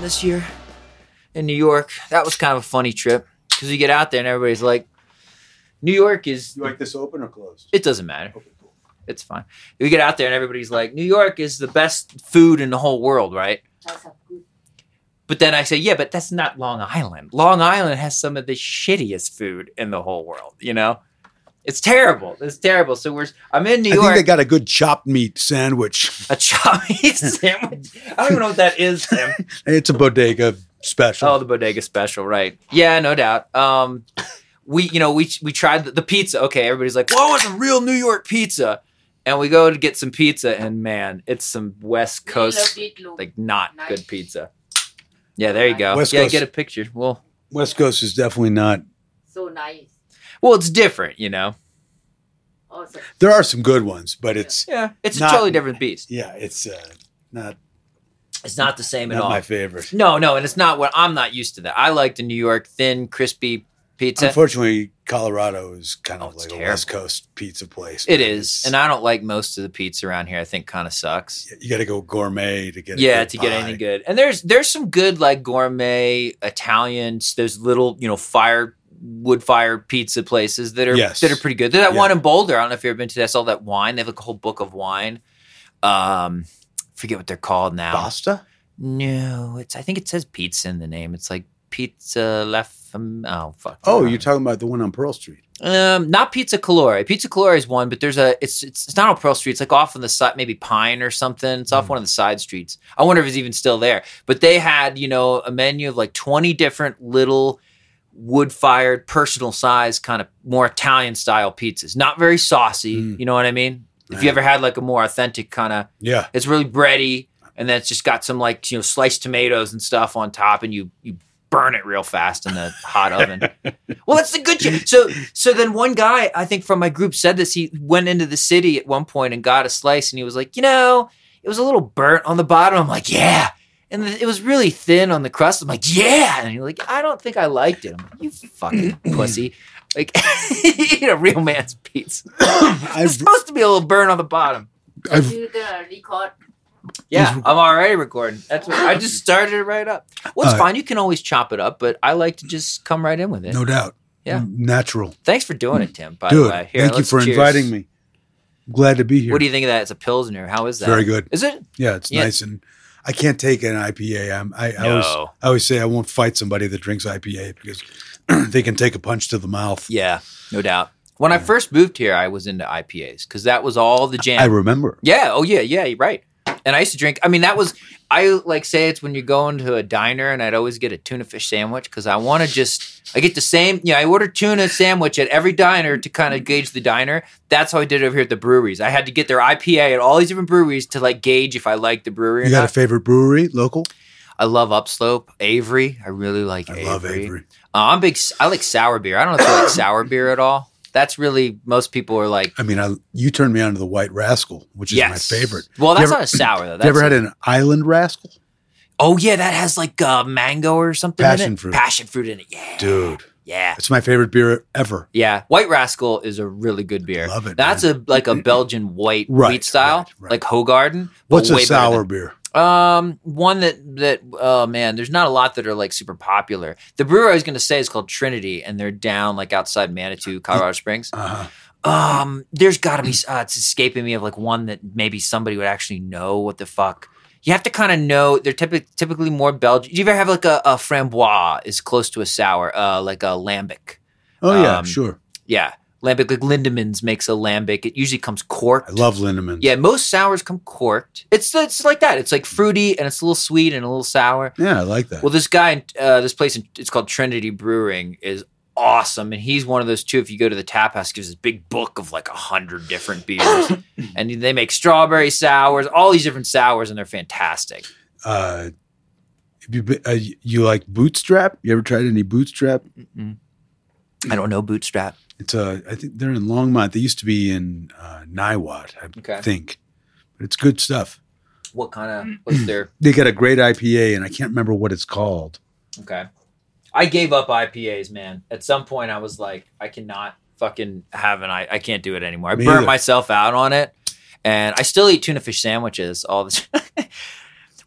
this year in New York. That was kind of a funny trip because you get out there and everybody's like, New York is, You like this open or closed? it doesn't matter. Okay, cool. It's fine. You get out there and everybody's like, New York is the best food in the whole world, right? But then I say, yeah, but that's not Long Island. Long Island has some of the shittiest food in the whole world, you know? It's terrible. It's terrible. So we're I'm in New I York. think they got a good chopped meat sandwich. a choppy sandwich. I don't even know what that is, Tim. It's a bodega special. Oh, the bodega special, right? Yeah, no doubt. Um, we, you know, we we tried the, the pizza. Okay, everybody's like, "What was a real New York pizza?" And we go to get some pizza, and man, it's some West Coast, like not Nice. good pizza. Yeah, there you go. West yeah, Coast. get a picture. Well, West Coast is definitely not. so nice. well, it's different, you know. Also, There are some good ones, but it's Yeah, it's Not- a totally different beast. yeah, it's uh, not It's not the same at not all. my favorite. no, no, and it's not what I'm not used to. That I like the New York thin, crispy pizza. Unfortunately, Colorado is kind Oh, of it's like a terrible. West Coast pizza place. It man. is, It's- and I don't like most of the pizza around here. I think kind of sucks. you got to go gourmet to get a yeah good to get pie. anything good and there's there's some good like gourmet italians there's little you know fire wood fire pizza places that are Yes. that are pretty good there's that Yeah. one in boulder i don't know if you've ever been to that. all that wine they have like a whole book of wine um forget what they're called now Pasta? no it's i think it says pizza in the name it's like pizza la Fam- oh fuck Oh, you're talking about the one on Pearl Street. um, not Pizza Calore. Pizza Calore is one, but there's a it's it's, it's not on Pearl Street. It's like off on the side, maybe Pine or something. It's off one of the side streets. I wonder if it's even still there. But they had you know a menu of like twenty different little wood fired, personal size, kind of more Italian style pizzas. Not very saucy. Mm. You know what I mean? If Right. you ever had like a more authentic kind of, Yeah. it's really bready, and then it's just got some like you know sliced tomatoes and stuff on top, and you you burn it real fast in the hot oven. Well, that's the good shit. So, so then one guy, I think from my group, said this. He went into the city at one point and got a slice, and he was like, you know, it was a little burnt on the bottom. I'm like, yeah, and th- it was really thin on the crust. I'm like, yeah, and he's like, I don't think I liked it. I'm like, you fucking pussy. Like, eat a real man's pizza. It's I've, supposed to be a little burnt on the bottom. I've do the record. Yeah, I'm already recording. That's what I just started it right up. Well, it's Uh, fine. You can always chop it up, but I like to just come right in with it. no doubt. Yeah. Natural. Thanks for doing it, Tim. By the Dude, way, Here, thank you let's for cheers. inviting me. I'm glad to be here. What do you think of that? It's a pilsner. How is that? Very good. Is it? Yeah, it's Yeah. nice and I can't take an IPA. I'm, I, I, always, No. I always say I won't fight somebody that drinks IPA because they can take a punch to the mouth. Yeah, no doubt. When I first moved here, I was into IPAs because that was all the jam. I remember. yeah. Oh yeah. Yeah. You're right. And I used to drink. I mean, that was I like say it's when you're going to a diner, and I'd always get a tuna fish sandwich because I want to just I get the same. You know, I order tuna sandwich at every diner to kind of gauge the diner. That's how I did it over here at the breweries. I had to get their IPA at all these different breweries to like gauge if I liked the brewery. You or got a not. favorite brewery, local? I love Upslope, Avery. I really like. I Avery. love Avery. Uh, I'm big. I like sour beer. I don't know if you like sour beer at all. That's really most people are like. I mean, I, you turned me on to the White Rascal, which is yes. my favorite. Well, You that's ever- not a sour though. That's you ever had an Island Rascal? oh yeah, that has like uh, mango or something. in Passion it. fruit. Passion fruit in it. Yeah. Dude, Yeah. it's my favorite beer ever. Yeah. White Rascal is a really good beer. Love it, That's a like a Belgian white Right, wheat style, right, right. like Hogarden. but What's a way better than- sour beer? Um, one that that oh man, there's not a lot that are like super popular. The brewer I was gonna say is called Trinity, and they're down like outside Manitou, Colorado Springs. Uh-huh. Um, there's got to be. Uh, it's escaping me of like one that maybe somebody would actually know what the fuck. You have to kind of know. They're typically typically more Belgian. Do you ever have like a, a framboise is close to a sour, uh, like a lambic? Oh, yeah, Um, sure. Yeah, lambic. Like Lindemans makes a lambic. It usually comes corked. I love Lindemann. Yeah, most sours come corked. It's it's like that. It's like fruity and it's a little sweet and a little sour. Yeah, I like that. Well, this guy, in- uh, this place, in, it's called Trinity Brewing, is awesome, and he's one of those too. If you go to the tap house, gives this big book of like a hundred different beers, and they make strawberry sours, all these different sours, and they're fantastic. uh, have you, been, uh, you you like bootstrap? You ever tried any bootstrap? I don't know bootstrap. It's a, I think they're in Longmont. They used to be in uh, Niwot, I Okay. think. But it's good stuff. What kind of what's their They got a great IPA, and I can't remember what it's called. okay? I gave up IPAs, man. At some point, I was like, I cannot fucking have an I. I can't do it anymore. I Me burnt either. myself out on it, and I still eat tuna fish sandwiches all the time.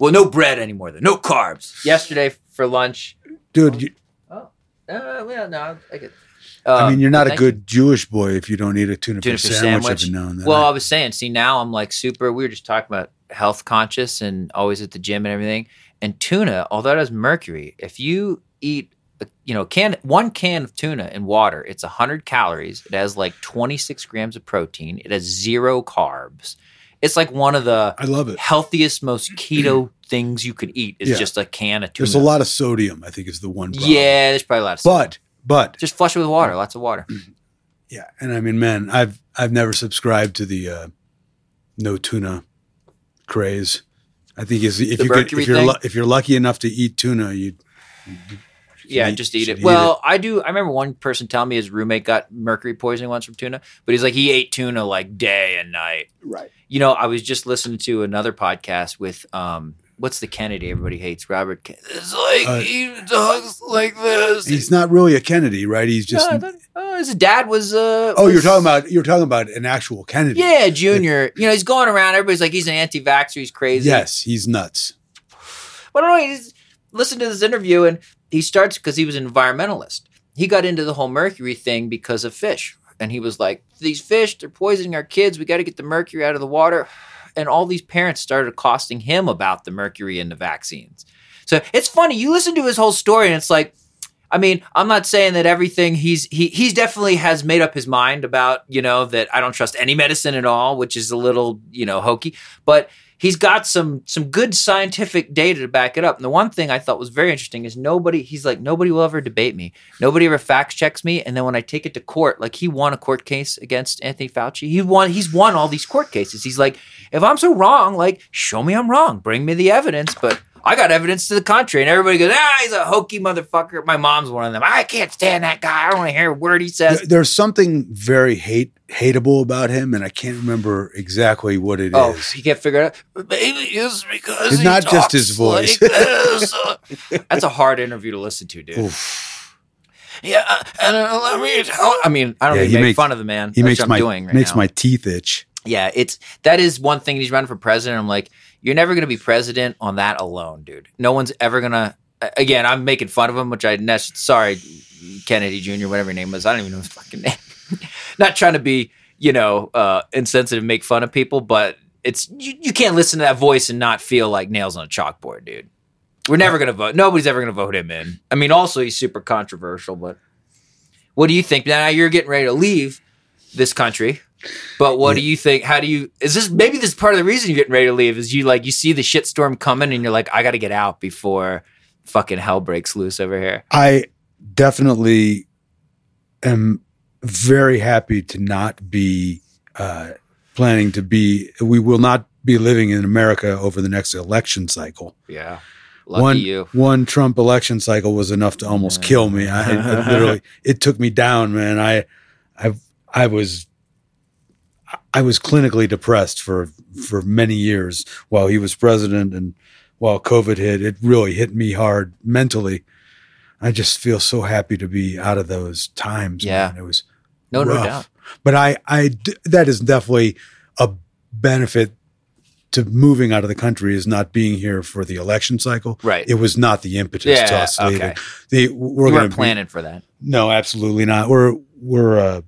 Well, no bread anymore. Though. No carbs. Yesterday for lunch. dude. You, Uh, well, no, I get. I mean, you're not Uh, a thank good Jewish boy if you don't eat a tuna, Tuna fish, fish sandwich, sandwich. every now and then. Well, I I- was saying, see, now I'm like super. We were just talking about health conscious and always at the gym and everything. And tuna, although it has mercury, if you eat, a, you know, can one can of tuna in water, it's 100 calories. It has like 26 grams of protein. It has zero carbs. It's like one of the I love it. healthiest, most keto things you could eat. Is Yeah. just a can of tuna. There's a lot of sodium. I think is the one. Problem. Yeah, there's probably a lot of stuff. but but Just flush it with water, lots of water. Yeah, and I mean, man, I've I've never subscribed to the uh, no tuna craze. I think is if The you could, mercury if you're thing? lu- if you're lucky enough to eat tuna, you Yeah, eat- just eat should it. well, I do. I remember one person telling me his roommate got mercury poisoning once from tuna, but he's like he ate tuna like day and night. right. You know, I was just listening to another podcast with um, what's the Kennedy everybody hates Robert. Ken- it's like Uh, he talks like this. He's not really a Kennedy, right? He's No, just. I thought- oh, his dad was. Uh, oh, you're was- talking about you're talking about an actual Kennedy. Yeah, Junior. You know, he's going around. Everybody's like, he's an anti-vaxxer. He's crazy. Yes, he's nuts. But I don't know. He's listened to this interview and he starts because he was an environmentalist. He got into the whole mercury thing because of fish. And he was like, these fish, they're poisoning our kids. We got to get the mercury out of the water. And all these parents started accosting him about the mercury in the vaccines. So it's funny. You listen to his whole story and it's like, I mean, I'm not saying that everything he's he he's definitely has made up his mind about, you know, that I don't trust any medicine at all, which is a little, you know, hokey, but he's got some some good scientific data to back it up. And the one thing I thought was very interesting is nobody he's like nobody will ever debate me. Nobody ever fact checks me and then when I take it to court, like he won a court case against Anthony Fauci. He won he's won all these court cases. He's like, if I'm so wrong, like show me I'm wrong, bring me the evidence, but I got evidence to the contrary, and everybody goes, "Ah, he's a hokey motherfucker." My mom's one of them. I can't stand that guy. I don't want to hear a word he says. There- There's something very hate hateable about him, and I can't remember exactly what it is. oh, he can't figure it out. Maybe it's because It's he not just talks his voice. like this. That's a hard interview to listen to, dude. Oof. Yeah, and uh, let me tell. I mean, I don't Yeah, even he make makes- fun of the man. He That's makes what I'm my doing right makes now. my teeth itch. Yeah, it's that is one thing. He's running for president. I'm like, you're never going to be president on that alone, dude. No one's ever gonna. a- Again, I'm making fun of him, which I nest. Sorry, Kennedy Jr. Whatever your name was, I don't even know his fucking name. Not trying to be, you know, uh, insensitive, make fun of people, but it's you, you can't listen to that voice and not feel like nails on a chalkboard, dude. We're never gonna vote. Nobody's ever gonna vote him in. I mean, also he's super controversial, but what do you think? Now you're getting ready to leave this country. But what do you think? How do you? Is this maybe this is part of the reason you're getting ready to leave? Is you like you see the shitstorm coming and you're like, I got to get out before fucking hell breaks loose over here. I definitely am very happy to not be uh, planning to be. We will not be living in America over the next election cycle. Yeah, lucky one, you. One Trump election cycle was enough to almost kill me. I, I literally, it took me down, man. I, I, I was, I was clinically depressed for for many years while he was president, and while COVID hit, it really hit me hard mentally. I just feel so happy to be out of those times. Yeah. man. it was No, no rough. doubt. But I, I d- that is definitely a benefit to moving out of the country is not being here for the election cycle. Right. It was not the impetus to yeah. us Okay. leaving. The, we're You going weren't to planning for that. No, absolutely not. We're we're uh,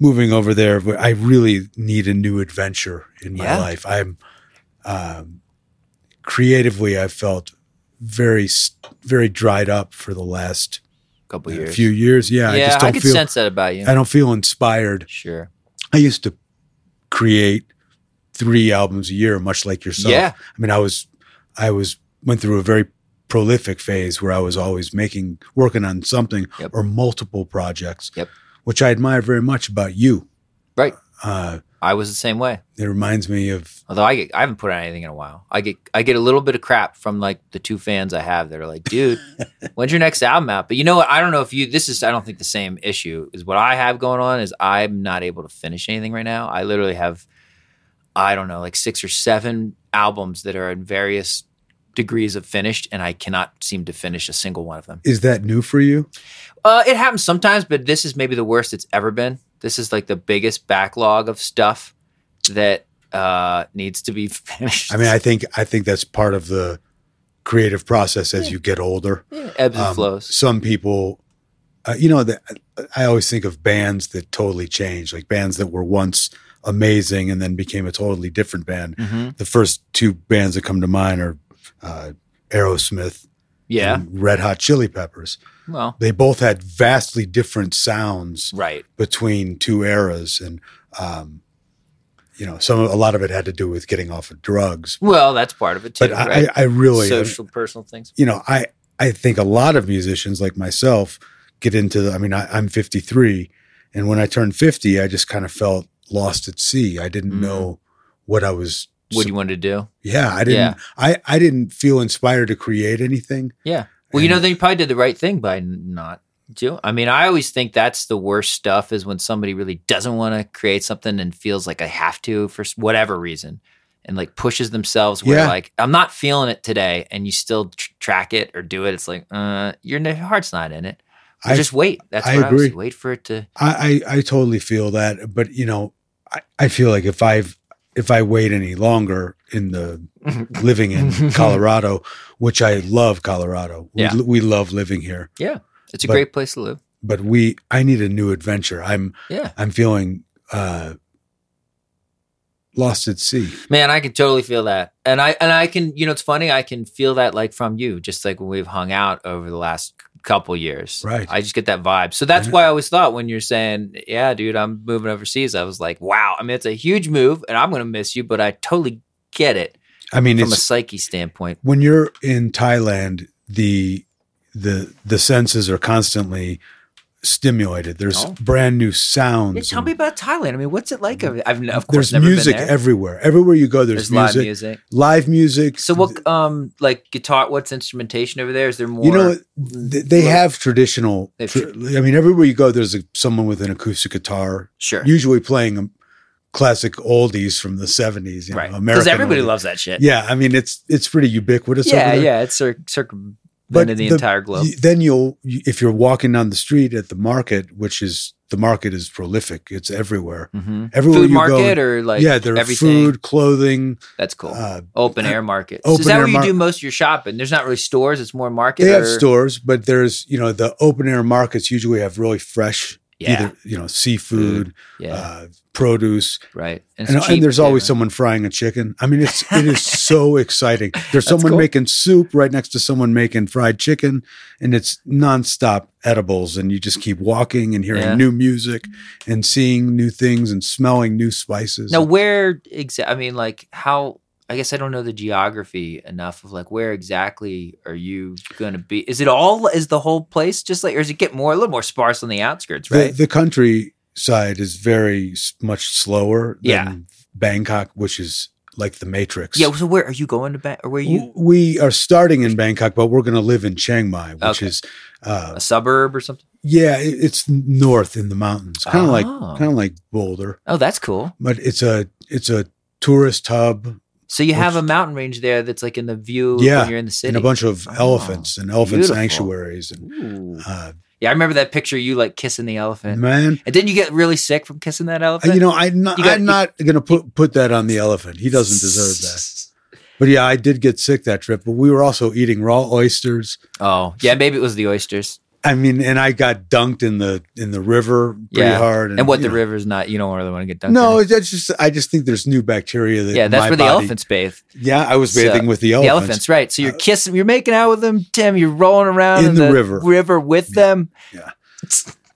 moving over there. But I really need a new adventure in my Yeah. life. I'm um, creatively. I felt very s- very dried up for the last couple uh, years. few years. Yeah, yeah, I I, just don't could feel. sense that about you. I don't feel inspired. sure. I used to create three albums a year, much like yourself. yeah. I mean, I was, I was went through a very prolific phase where I was always making, working on something Yep. or multiple projects. Yep. Which I admire very much about you. Right. Uh, I was the same way. it reminds me of Although I get, I haven't put out anything in a while. I get I get a little bit of crap from like the two fans I have that are like, dude, when's your next album out? But you know what? I don't know if you this is I don't think the same issue is what I have going on is I'm not able to finish anything right now. I literally have I don't know, like six or seven albums that are in various degrees of finished and I cannot seem to finish a single one of them. is that new for you? Uh, it happens sometimes, but this is maybe the worst it's ever been. This is like the biggest backlog of stuff that uh, needs to be finished. I mean, I think I think that's part of the creative process as you get older. ebbs and Um, flows. Some people, uh, you know, that I always think of bands that totally change, like bands that were once amazing and then became a totally different band. Mhm. The first two bands that come to mind are uh, Aerosmith Yeah. and Red Hot Chili Peppers. Well, They both had vastly different sounds right. between two eras, and um, you know, some a lot of it had to do with getting off of drugs. Well, that's part of it too. But right? I, I really, social, personal things. you know, I I think a lot of musicians like myself get into. The, I mean, I, I'm 53, and when I turned 50, I just kind of felt lost at sea. I didn't Mhm. know what I was. What do you want to do? yeah, I didn't. Yeah. I I didn't feel inspired to create anything. Yeah. Well, you know, And- then you probably did the right thing by n- not do. I mean, I always think that's the worst stuff is when somebody really doesn't want to create something and feels like I have to for s- whatever reason, and like pushes themselves where Yeah. like I'm not feeling it today, and you still tr- track it or do it. It's like uh, your n- heart's not in it. Or I- just wait. That's I what I was. agree. Wait for it to. I, I I totally feel that, but you know, I, I feel like if I've if I wait any longer in the living in Colorado, which I love Colorado, Yeah. we, we love living here. It's a But- great place to live. but we I need a new adventure. I'm Yeah. I'm feeling uh lost at sea. Man, I can totally feel that. And I and I can, you know, it's funny, I can feel that like from you, just like when we've hung out over the last couple years. Right. I just get that vibe. So that's Yeah. why I always thought when you're saying, Yeah, dude, I'm moving overseas, I was like, Wow, I mean it's a huge move and I'm gonna miss you, but I totally get it I mean from a it's psyche standpoint. when you're in Thailand, the the the senses are constantly stimulated. There's Oh. brand new sounds. Yeah, tell me and about Thailand. I mean, what's it like over there? I've n- of course there's never music been there. everywhere. Everywhere you go, there's, there's live music, music. live music. So what um like guitar what's instrumentation over there? Is there more you know, th- they have traditional. They've tr- I mean, everywhere you go, there's a, someone with an acoustic guitar sure. usually playing um, classic oldies from the 70s you know, right. Because American everybody oldies. loves that shit. yeah i mean it's it's pretty ubiquitous yeah, over there. yeah, it's cir- circumvented But the, the- entire globe. You- then you'll you- if you're walking down the street at the market which is the market is prolific it's everywhere hmm everywhere Food you market go or like yeah there are everything. food clothing That's cool. uh, open uh, air market. so open is that air where you mar- do most of your shopping? There's not really stores; it's more market. they have or- stores but there's you know the open air markets usually have really fresh Yeah, either you know seafood yeah, uh, produce right. it's and, cheap, and there's too, always right? someone frying a chicken. I mean, it's it is so exciting. There's someone cool. making soup right next to someone making fried chicken, and it's nonstop edibles. And you just keep walking and hearing Yeah. new music, and seeing new things, and smelling new spices. Now, where exactly? I mean, like how? I guess I don't know the geography enough of like where exactly are you going to be? Is it all? Is the whole place just like, or does it get more a little more sparse on the outskirts? the, Right. the countryside is very s- much slower than Yeah. Bangkok, which is like the Matrix. yeah. So where are you going to? Ba- or where are you? W- we are starting in Bangkok, but we're going to live in Chiang Mai, which Okay. is. Uh, A suburb or something? yeah, it, it's north in the mountains, kind of like Oh. kind of like Boulder, Oh, that's cool. but it's a it's a tourist hub So you have Which- a mountain range there that's like in the view Yeah, when you're in the city. and a bunch of Oh, elephants and elephant beautiful. sanctuaries and Ooh. uh, Yeah, I remember that picture of you like kissing the elephant. man. And didn't you get really sick from kissing that elephant? Uh, You know, I'm not. You got- I'm not gonna put put that on the elephant. He doesn't deserve that. But yeah, I did get sick that trip. But we were also eating raw oysters. Oh, yeah, maybe it was the oysters. I mean, and I got dunked in the in the river pretty Yeah. hard. And what you the know. river's not, you don't really want to get dunked No, in it. that's just. I just think there's new bacteria that. Yeah, that's my where the body- elephants bathe. Yeah, I was So, bathing with the The elephants. elephants, right. So you're Uh, kissing, you're making out with them, Tim. You're rolling around In the river. with Yeah. them.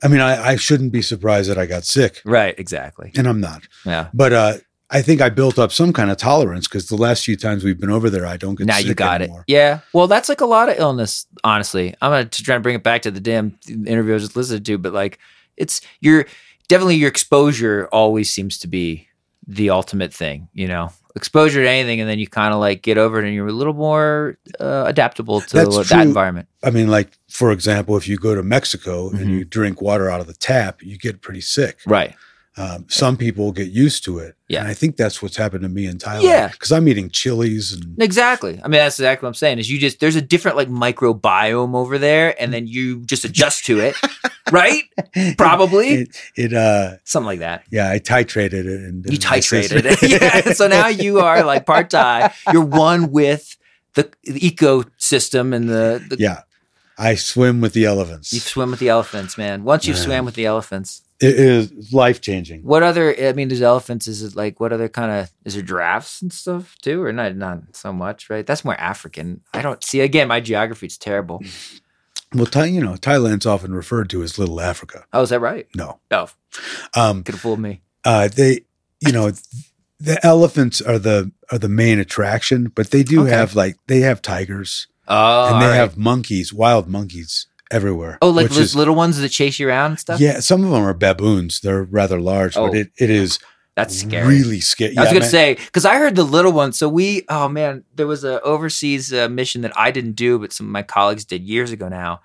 I mean, I, I shouldn't be surprised that I got sick, Right, exactly. and I'm not. Yeah. But uh, I think I built up some kind of tolerance because the last few times we've been over there, I don't get now sick you got anymore. it. Yeah. Well, that's like a lot of illness, honestly. I'm gonna try and bring it back to the damn interview I was just listening to, but like it's your definitely your exposure always seems to be the ultimate thing, you know. Exposure to anything, and then you kind of like get over it, and you're a little more uh, adaptable to That's that true. environment. I mean, like for example, if you go to Mexico and Mhm. you drink water out of the tap, you get pretty sick. Right. Um, some people get used to it, Yeah. and I think that's what's happened to me in Thailand. Yeah. because I'm eating chilies and Exactly. I mean, that's exactly what Mm. I'm saying. Is you just there's a different like microbiome over there, and then you just adjust to it, right? Probably It, it uh something like that. yeah, I titrated it and You and my sister- titrated it. yeah. So now you are like part Thai. You're one with the, the ecosystem and the, the yeah. I swim with the elephants. you swim with the elephants, man. Once you've Man. swam with the elephants, It is life changing. what other? I mean, there's elephants. Is it like what other kind of? Is there giraffes and stuff too, or not? Not so much, right? That's more African. I don't see. Again, my geography is terrible. Mm. Well, Thai, you know, Thailand's often referred to as Little Africa. Oh, is that right? No, Oh, um, could have fooled me. uh, they, you know, the elephants are the are the main attraction, but they do Okay. have like they have tigers Oh, and they all right. have monkeys, wild monkeys everywhere. Oh, like which those is- little ones that chase you around and stuff. yeah, some of them are baboons. They're rather large, Oh. but it, it is that's scary. really scary. I was Yeah, gonna man. say because I heard the little ones. So we, oh man, there was a overseas uh, mission that I didn't do, but some of my colleagues did years ago now,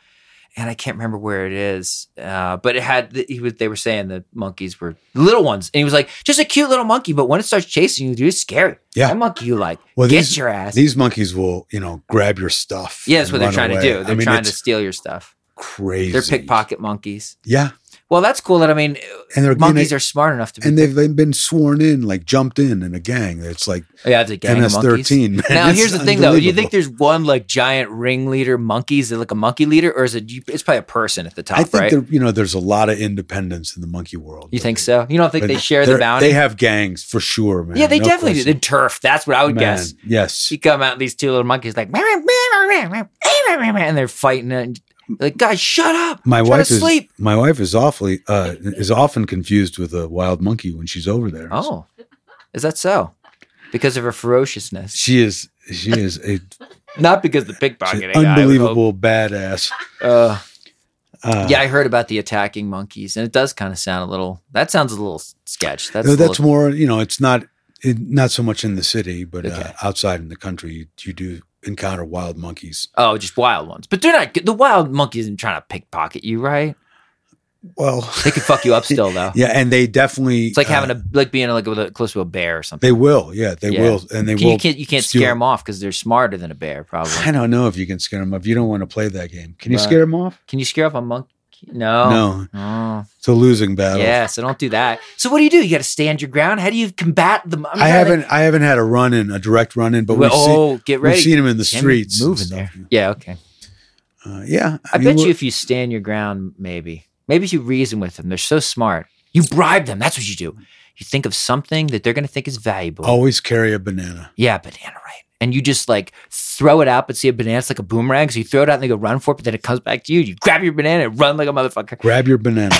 and I can't remember where it is. Uh, but it had the, he was they were saying the monkeys were little ones, and he was like just a cute little monkey, but when it starts chasing you, dude, it's scary. Yeah. that monkey you like Well, get these- your ass. These monkeys will, you know, grab your stuff. yeah, that's and what they're run trying away. to do. They're I mean, trying to it's steal your stuff. crazy. They're pickpocket monkeys. Yeah, Well, that's cool. That I mean, and they're monkeys and are smart enough to be. and they've been sworn in, like jumped in in a gang. It's like Oh, yeah, it's a gang of MS monkeys. thirteen. man. Now It's here's the thing, though. Do you think unbelievable. there's one like giant ringleader monkey? Is it like a monkey leader, or is it? you- It's probably a person at the top, I think right? there, you know, there's a lot of independence in the monkey world. You think so? You don't think But they share the they're- bounty? They have gangs for sure, man. yeah, they No definitely do. question. The turf. That's what I would Man, guess. Yes, You come out, these two little monkeys like, and they're fighting and like, guys, shut up. my Try wife to is sleep. my wife is awfully uh, is often confused with a wild monkey when she's over there. Oh, is that so? Because of her ferociousness, she is she is a not because the she's pickpocketing. an unbelievable badass. I would hope. Uh, Uh, yeah, I heard about the attacking monkeys, and it does kind of sound a little. That sounds a little sketch. That's No, a that's, little- more. You know, it's not it, not so much in the city, but uh, Okay. outside in the country, you, you do encounter wild monkeys. Oh, just wild ones. But they're not. The wild monkey isn't trying to pickpocket you, right? Well, They could fuck you up still, though. yeah, and they definitely uh, It's like having a like being like with a, close to a bear or something. They will, yeah, they Yeah. will, and they you will. can't you can't steal- scare them off because they're smarter than a bear, probably. I don't know if you can scare them off. You don't want to play that game. Can you Right. scare them off? Can you scare off a monkey? No. No, No. it's a losing battle. yeah. So don't do that. So what do you do? You got to stand your ground. How do you combat the? I'm I trying to haven't. I haven't had a run in, a direct run in, but think- we've, seen, oh, get ready. we've seen them in the Timmy streets. and moving stuff. yeah. Okay. Uh, yeah, I, mean, bet you we're- if you stand your ground, maybe. Maybe if you reason with them. They're so smart. You bribe them. That's what you do. You think of something that they're going to think is valuable. always carry a banana. Yeah, banana, right. And you just like throw it out, but see a banana, it's like a boomerang. So you throw it out and they go run for it, but then it comes back to you. You grab your banana and run like a motherfucker. Grab your banana.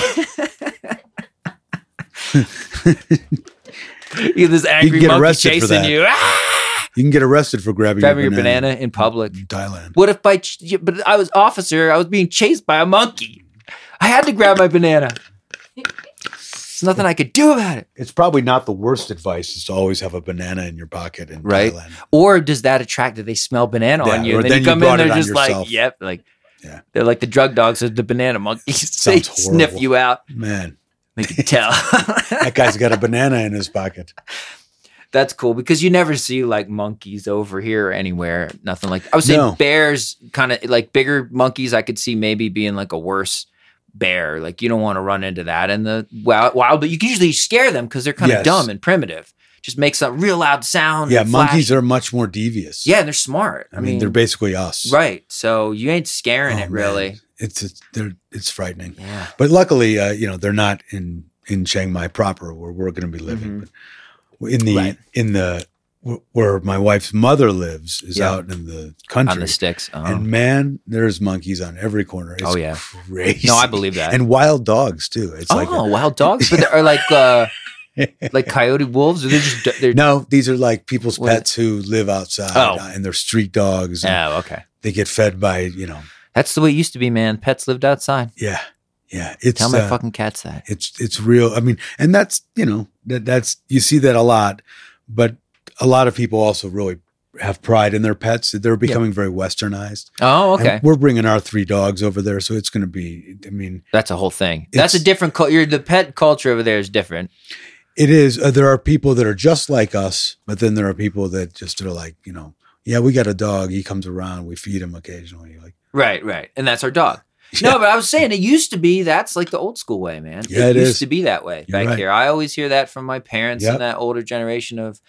You have this angry get monkey arrested for chasing that. you. Ah! you can get arrested for grabbing, Grabbing your, your banana in public. in Thailand. What if by, ch- yeah, but I was officer, I was being chased by a monkey. I had to grab my banana. There's nothing I could do about it. It's probably not the worst advice is to always have a banana in your pocket in Right. Thailand. Or does that attract that they smell banana Yeah, on you? or And then, then you you come in, brought it they're on just like, yourself. yep, like Yeah. they're like the drug dogs of the banana monkeys. they Sounds sniff horrible. you out. Man, They can tell. that guy's got a banana in his pocket. That's cool because you never see like monkeys over here or anywhere. Nothing like I was saying No. bears kind of like bigger monkeys I could see maybe being like a worse bear. Like you don't want to run into that in the wild, wild but you can usually scare them because they're kind of Yes. dumb and primitive. Just make some real loud sound. Yeah, and flash. monkeys are much more devious. Yeah, they're smart. I, mean, they're basically us. right. So you ain't scaring Oh, it man. really. It's it's, they're, it's frightening. Yeah. But luckily, uh, you know, they're not in in Chiang Mai proper where we're going to be Mhm. living. But in the Right. in the wh- where my wife's mother lives is Yeah. out in the country. On the sticks. Oh. and man, there's monkeys on every corner. It's Oh, yeah. crazy. no, I believe that. And wild dogs too. It's oh, like wild dogs, but they are like uh like coyote wolves. Or they're just they're no, these are like people's What- pets who live outside Oh. uh, and they're street dogs. And Oh, okay. They get fed by you know. That's the way it used to be, man. Pets lived outside. Yeah, yeah. It's Tell my uh, fucking cats that. it's it's real i mean and that's you know that that's you see that a lot but a lot of people also really have pride in their pets they're becoming very westernized Oh, And okay. we're bringing our three dogs over there so it's going to be i mean That's a whole thing. That's a It's- different culture. The pet culture over there is different. it is uh, there are people that are just like us but then there are people that just are like you know yeah we got a dog he comes around we feed him occasionally like Right, right. And that's our dog. No, but I was saying it used to be that's like the old school way, man. Yeah, it used is. to be that way You're back right. here. I always hear that from my parents Yep. and that older generation of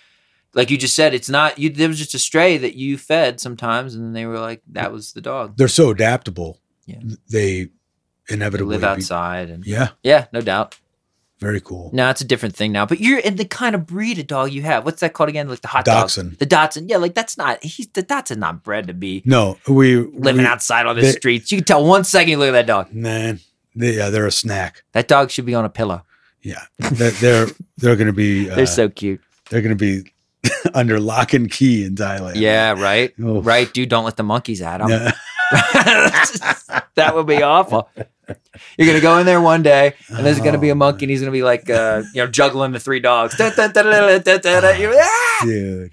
like you just said, it's not you there was just a stray that you fed sometimes and they were like, That was the dog. They're so adaptable. Yeah. They They inevitably live be- outside and yeah, yeah, no doubt. very cool. No, it's a different thing now. But you're in the kind of breed of dog you have. What's that called again? Like the hot dog. Dachshund. The Dotson. Yeah, like that's not he's the Dotson not bred to be No, we living we- outside on the they- streets. You can tell one second you look at that dog. Man, they, yeah, they're a snack. That dog should be on a pillow. Yeah, they're they're, they're going to be uh, They're so cute. they're going to be under lock and key in Thailand. Yeah, right. Oh. Right, dude, don't let the monkeys at them. No. that would be awful. You're gonna go in there one day, and there's gonna be a monkey, and he's gonna be like, uh, you know, juggling the three dogs. Da, da, da, da, da, da, da, da. You're like, "Ah!" dude.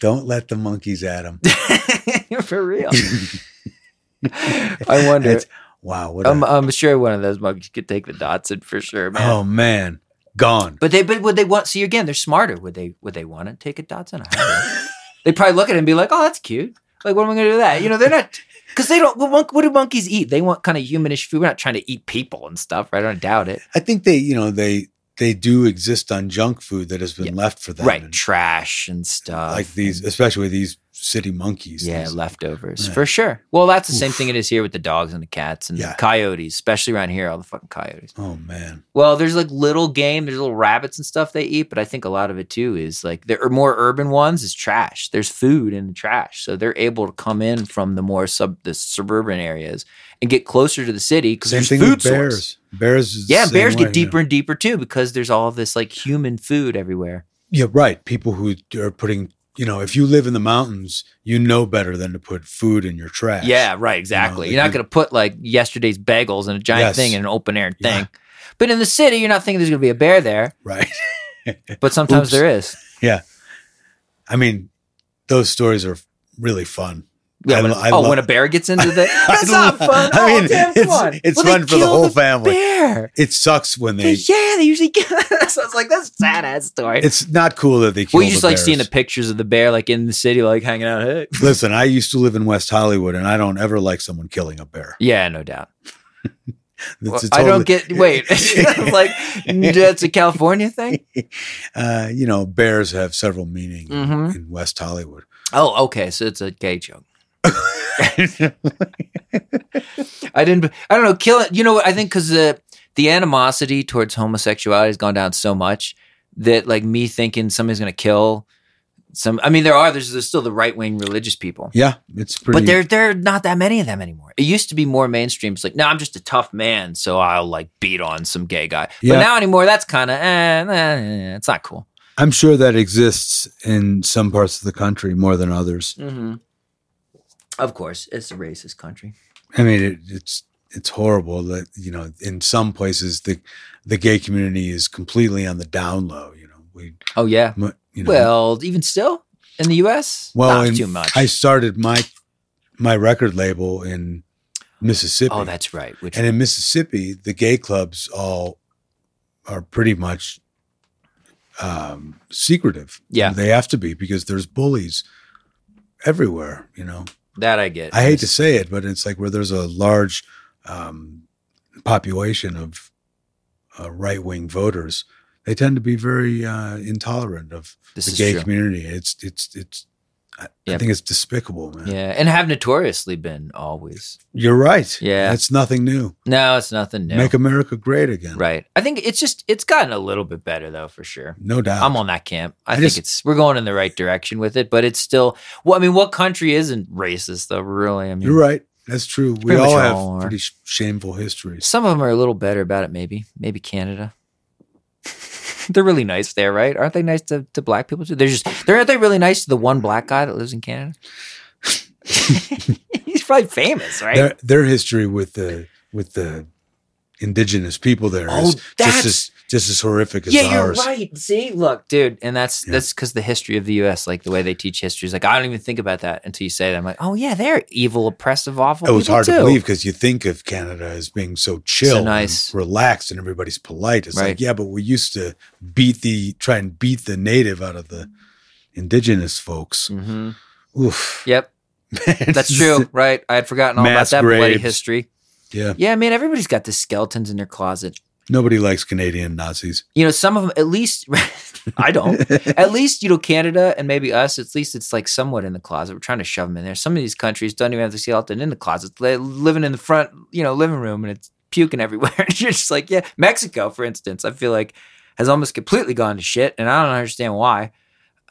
Don't let the monkeys at him. for real. I wonder. wow, what a- I'm, I'm sure one of those monkeys could take the Dotson for sure, man. oh man, gone. But they, but would they want? See again, they're smarter. Would they? Would they want to take a Dotson? I don't know. They'd probably look at it and be like, "Oh, that's cute." Like, what am I going to do with that? You know, they're not because they don't. What, mon- what do monkeys eat? They want kind of humanish food. We're not trying to eat people and stuff, right? I don't doubt it. I think they, you know, they they do exist on junk food that has been Yeah. left for them. right, and trash and stuff, like these, especially these city monkeys. Yeah, These- leftovers Yeah. for sure. Well, that's the same Oof. thing it is here with the dogs and the cats and Yeah. the coyotes, especially around here. All the fucking coyotes. oh man, Well, there's like little game, there's little rabbits and stuff they eat, but I think a lot of it too is like there are more urban ones is trash. There's food in the trash, so they're able to come in from the more sub the suburban areas and get closer to the city because same there's thing food with bears. source. Bears, is the Yeah, same bears way, get deeper and deeper too because there's all this like human food everywhere. Yeah. yeah, right. People who are putting, you know, if you live in the mountains, you know better than to put food in your trash. Yeah, right, exactly. they You are not do- going to put like yesterday's bagels in a giant Yes. thing in an open air Yeah. thing. But in the city, you're not thinking there's going to be a bear there, right. but sometimes Oops. there is. I mean, those stories are really fun. Yeah, I when, lo- I oh, lo- when a bear gets into the that's not lo- fun. I Oh, mean, damn, come it's- on. it's Well, they fun for the kill whole family. Bear. It sucks when They- they. yeah, they usually kill. so I was like, that's a sad ass story. It's not cool that they kill. well, you just the like bears. seeing the pictures of the bear, like in the city, like hanging out. Hey. Listen, I used to live in West Hollywood, and I don't ever like someone killing a bear. Yeah, no doubt. It's Well, a I totally- don't get. Wait, I'm like that's a California thing. uh, you know, bears have several meanings Mhm. in West Hollywood. Oh, okay, so it's a gay joke. I didn't. I don't know. Kill it. You know what? I think because the the animosity towards homosexuality has gone down so much that like me thinking somebody's gonna kill some. I mean, there are. There's, there's still the right wing religious people, Yeah, it's pretty. but there there are not that many of them anymore. It used to be more mainstream. It's like, no, I'm just a tough man, so I'll like beat on some gay guy. But Yeah. now anymore, that's kind of eh, eh, eh, it's not cool. I'm sure that exists in some parts of the country more than others. Mm-hmm. Of course, it's a racist country. I mean, it, it's it's horrible that you know in some places the the gay community is completely on the down low. You know, we Oh yeah. mu- you know. Well, even still in the U.S. Well, not and too much. I started my my record label in Mississippi. oh, that's right. Which And in Mississippi, the gay clubs all are pretty much um, secretive. Yeah. They have to be because there's bullies everywhere, you know. That I get. I hate to say it, but it's like where there's a large um, population of uh, right wing voters, they tend to be very uh, intolerant of this the is gay true. community. It's, it's, it's, I, I Yeah. think it's despicable, man. Yeah, and have notoriously been always. You're right. Yeah. That's nothing new. No, it's nothing new. Make America great again. right. I think it's just it's gotten a little bit better though for sure. No doubt. I'm on that camp. I, I think just- it's we're going in the right direction with it, but it's still. Well, I mean, what country isn't racist though? Really, I mean, You're right. That's true. We pretty much all all have are. pretty sh- shameful histories. Some of them are a little better about it. Maybe, maybe Canada. they're really nice there, right? Aren't they nice to, to black people too? They're just they're aren't they really nice to the one black guy that lives in Canada? He's probably famous, right? Their, their history with the with the indigenous people there is Oh, that's- just as just as horrific as ours. you're right. See, look, dude, and that's Yeah. that's because the history of the U.S., like the way they teach history, is like I don't even think about that until you say that. I'm like, oh yeah, they're evil, oppressive, awful. It was people, hard to too. believe because you think of Canada as being so chill, and nice. relaxed, and everybody's polite. It's Right. like, yeah, but we used to beat the try and beat the native out of the indigenous folks. Mhm. Oof, Yep, that's true. Right, I had forgotten all Mass about that bloody graves. history. Yeah. Yeah, man, everybody's got the skeletons in their closet. Nobody likes Canadian Nazis. You know, some of them, at least, I don't. At least, you know, Canada and maybe us, at least it's like somewhat in the closet. We're trying to shove them in there. Some of these countries don't even have the skeleton in the closet. They're living in the front, you know, living room and it's puking everywhere. You're just like, yeah. Mexico, for instance, I feel like has almost completely gone to shit and I don't understand why.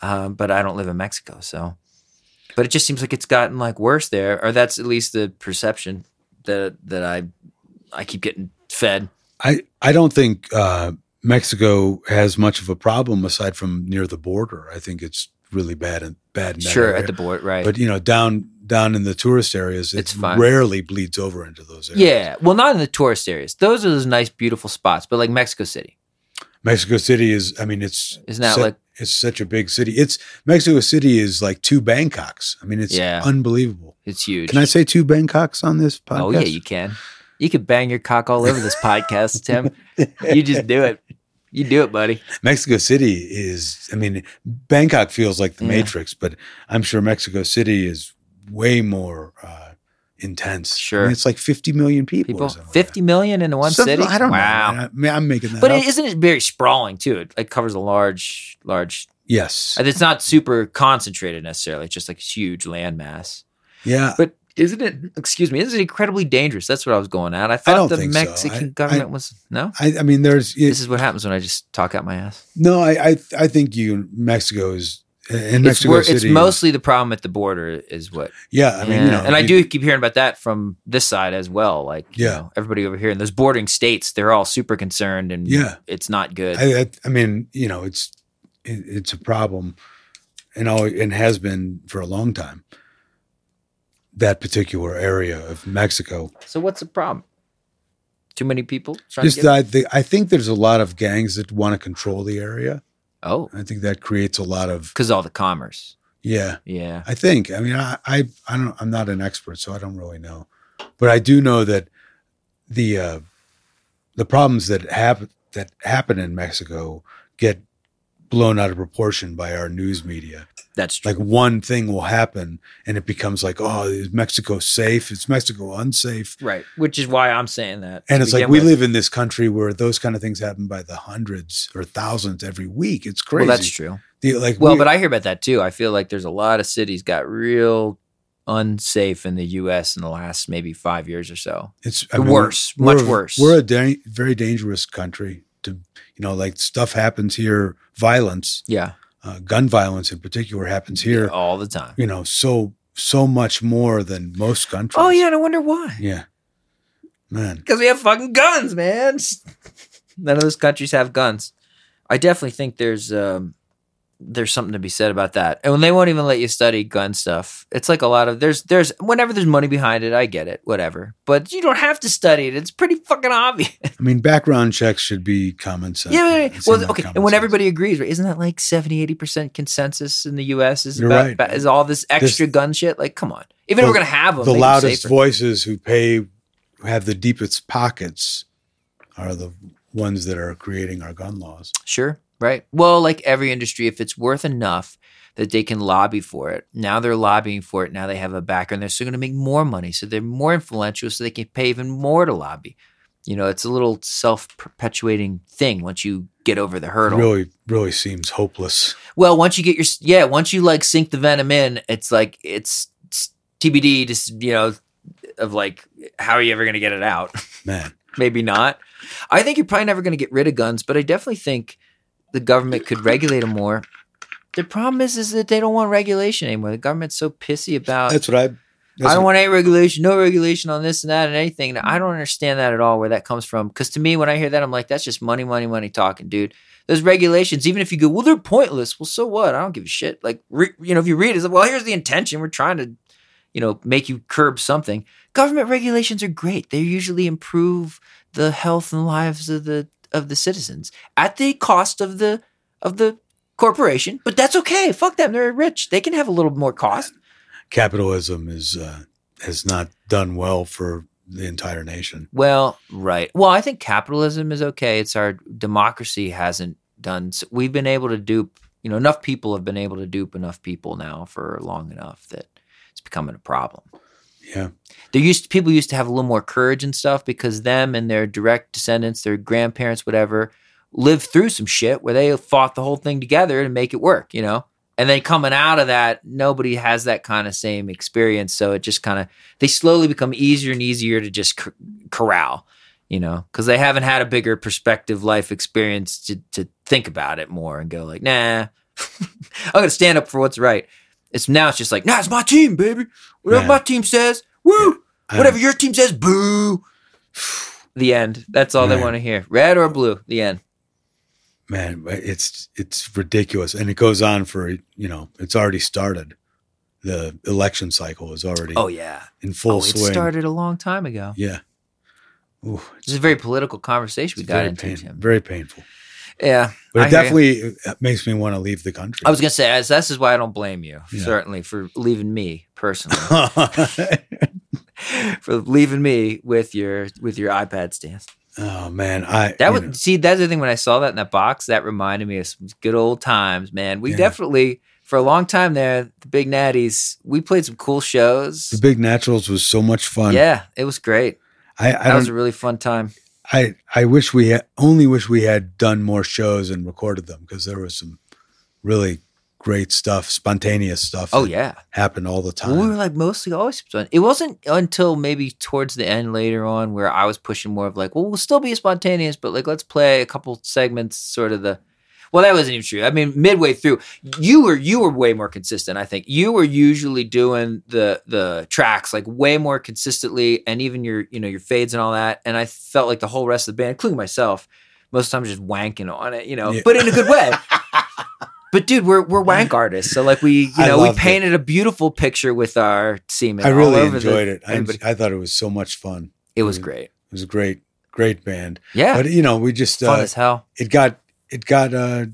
Um, but I don't live in Mexico. So, but it just seems like it's gotten like worse there, or that's at least the perception that, that I, I keep getting fed. I, I don't think uh, Mexico has much of a problem aside from near the border. I think it's really bad and bad. In that Sure, area. at the board, right? but you know, down down in the tourist areas, it It's fine. rarely bleeds over into those areas. yeah, well, not in the tourist areas. Those are those nice, beautiful spots. But like Mexico City, Mexico City is. I mean, it's isn't that su- like? it's such a big city. It's Mexico City is like two Bangkoks. I mean, it's Yeah. unbelievable. It's huge. Can I say two Bangkoks on this podcast? oh yeah, you can. You could bang your cock all over this podcast, Tim. You just do it. You do it, buddy. Mexico City is. I mean, Bangkok feels like the Yeah. Matrix, but I'm sure Mexico City is way more uh, intense. I Sure. mean, it's like 50 million people. People, or something like that. fifty million in one Something- city. I don't wow. know. I mean, I'm making that But up. it, isn't it very sprawling too? It like covers a large, large. yes. and It's not super concentrated necessarily. It's just like a huge landmass. Yeah. But isn't it? Excuse me. Isn't it incredibly dangerous? That's what I was going at. I thought don't the think so. Mexican I- I- government was no. I, I mean, there's it- This is what happens when I just talk out my ass. no. I, I I think you Mexico is in It's, Mexico where, City. it's mostly the problem at the border is what. yeah. I mean, yeah. you know, and I you- do keep hearing about that from this side as well. Like, you Yeah. know, everybody over here in those bordering states, they're all super concerned, and Yeah. it's not good. I, I, I mean, you know, it's it, it's a problem, and all and has been for a long time. That particular area of Mexico, so what's the problem? Too many people trying just to get. that I, think, I think there's a lot of gangs that want to control the area. oh, I think that creates a lot of because all the commerce. yeah. Yeah. I think. I mean, I, I, I don't. I'm not an expert, so I don't really know, but I do know that the uh, the problems that happen that happen in Mexico get blown out of proportion by our news media. That's true. Like one thing will happen, and it becomes like, oh, is Mexico safe? Is Mexico unsafe? right. Which is why I'm saying that. And to it's like begin we with. live in this country where those kind of things happen by the hundreds or thousands every week. It's crazy. Well, that's true. The- like Well, we- but I hear about that too. I feel like there's a lot of cities got real unsafe in the U.S. in the last maybe five years or so. It's The worse, we're- much worse. We're a da- very dangerous country. To you know, like stuff happens here. Violence, Yeah, uh, gun violence in particular, happens here. all the time. You know, so so much more than most countries. Oh yeah, and I wonder why. yeah, man. Because we have fucking guns, man. None of those countries have guns. I definitely think there's um, there's something to be said about that. And when they won't even let you study gun stuff, it's like a lot of there's there's whenever there's money behind it, I get it, whatever. But you don't have to study it. It's pretty fucking obvious. I mean, background checks should be common sense. Yeah, yeah, yeah. It seems well, like okay. common And when sense. everybody agrees, right, isn't that like 70, 80% consensus in the US is You're about, right. about- is all this extra gun shit? Like, come on. Even if The- we're going to have them, the make 'em loudest safer. voices who pay, who have the deepest pockets, are the ones that are creating our gun laws. Sure. Right. Well, like every industry, if it's worth enough that they can lobby for it, now they're lobbying for it. Now they have a backer and they're still going to make more money. So they're more influential so they can pay even more to lobby. You know, it's a little self perpetuating thing once you get over the hurdle. Really, really seems hopeless. Well, once you get your yeah, once you like sink the venom in, it's like it's, it's TBD. Just you know, of like how are you ever gonna get it out? Man, Maybe not. I think you're probably never gonna get rid of guns, but I definitely think the government could regulate them more. The problem is, is that they don't want regulation anymore. The government's so pissy about. that's what I. that's Uh, I don't what- want any regulation, no regulation on this and that and anything. And I don't understand that at all where that comes from. Because to me, when I hear that, I'm like, that's just money, money, money talking, dude. Those regulations, even if you go, well, they're pointless. Well, so what? I don't give a shit. Like, re- you know, if you read it, it's like, well, here's the intention. We're trying to, you know, make you curb something. Government regulations are great. They usually improve the health and lives of the of the citizens at the cost of the of the corporation. But that's okay. Fuck them. They're rich. They can have a little more cost. capitalism is uh, has not done well for the entire nation. Well, right. Well, I think capitalism is okay. It's our democracy hasn't done. So we've been able to dupe. You know, enough people have been able to dupe enough people now for long enough that it's becoming a problem. Yeah. There used to, people used to have a little more courage and stuff because them and their direct descendants, their grandparents, whatever, lived through some shit where they fought the whole thing together to make it work, you know. And then coming out of that, nobody has that kind of same experience, so it just kind of they slowly become easier and easier to just c- corral, you know, because they haven't had a bigger perspective life experience to to think about it more and go like, nah, I'm gonna stand up for what's right. It's now it's just like, nah, it's my team, baby. Whatever Yeah. my team says, woo. I- Whatever your team says, boo. The end. That's all they Right. want to hear. Red or blue. The end. man, it's it's ridiculous, and it goes on for you know it's already started. The election cycle is already Oh yeah. in full Oh, it swing. started a long time ago. Yeah. Ooh, This is a very political conversation we got very, into. pain- Tim. very painful. Yeah, But I it hear ya. definitely it makes me want to leave the country. I was gonna say as this is why I don't blame you Yeah. certainly for leaving me personally for leaving me with your with your iPad stance. oh man, I That you would know, see that's the thing when I saw that in that box, that reminded me of some good old times, man. We Yeah. definitely for a long time there, the Big Natties, we played some cool shows. the Big Naturals was so much fun. Yeah, it was great. I, I That was don't. a really fun time. I I wish we had, only wish we had done more shows and recorded them because there was some really great stuff, spontaneous stuff. Oh that yeah, happened all the Well, we were time. like mostly always fun. It wasn't until maybe towards the end later on where I was pushing more of like, well, we'll still be spontaneous, but like let's play a couple segments, sort of the. Well, that wasn't even true. I mean, midway through, you were you were way more consistent. I think you were usually doing the the tracks like way more consistently, and even your you know your fades and all that. And I felt like the whole rest of the band, including myself, most times just wanking on it, you know, Yeah. but in a good way. But dude, we're we're wank artists, so like we you I know we loved it. painted a beautiful picture with our semen. I all really over the- enjoyed it. I, everybody. I thought it was so much fun. It was great. It was a great great band, Yeah, but you know we just fun uh, as hell. it got it got uh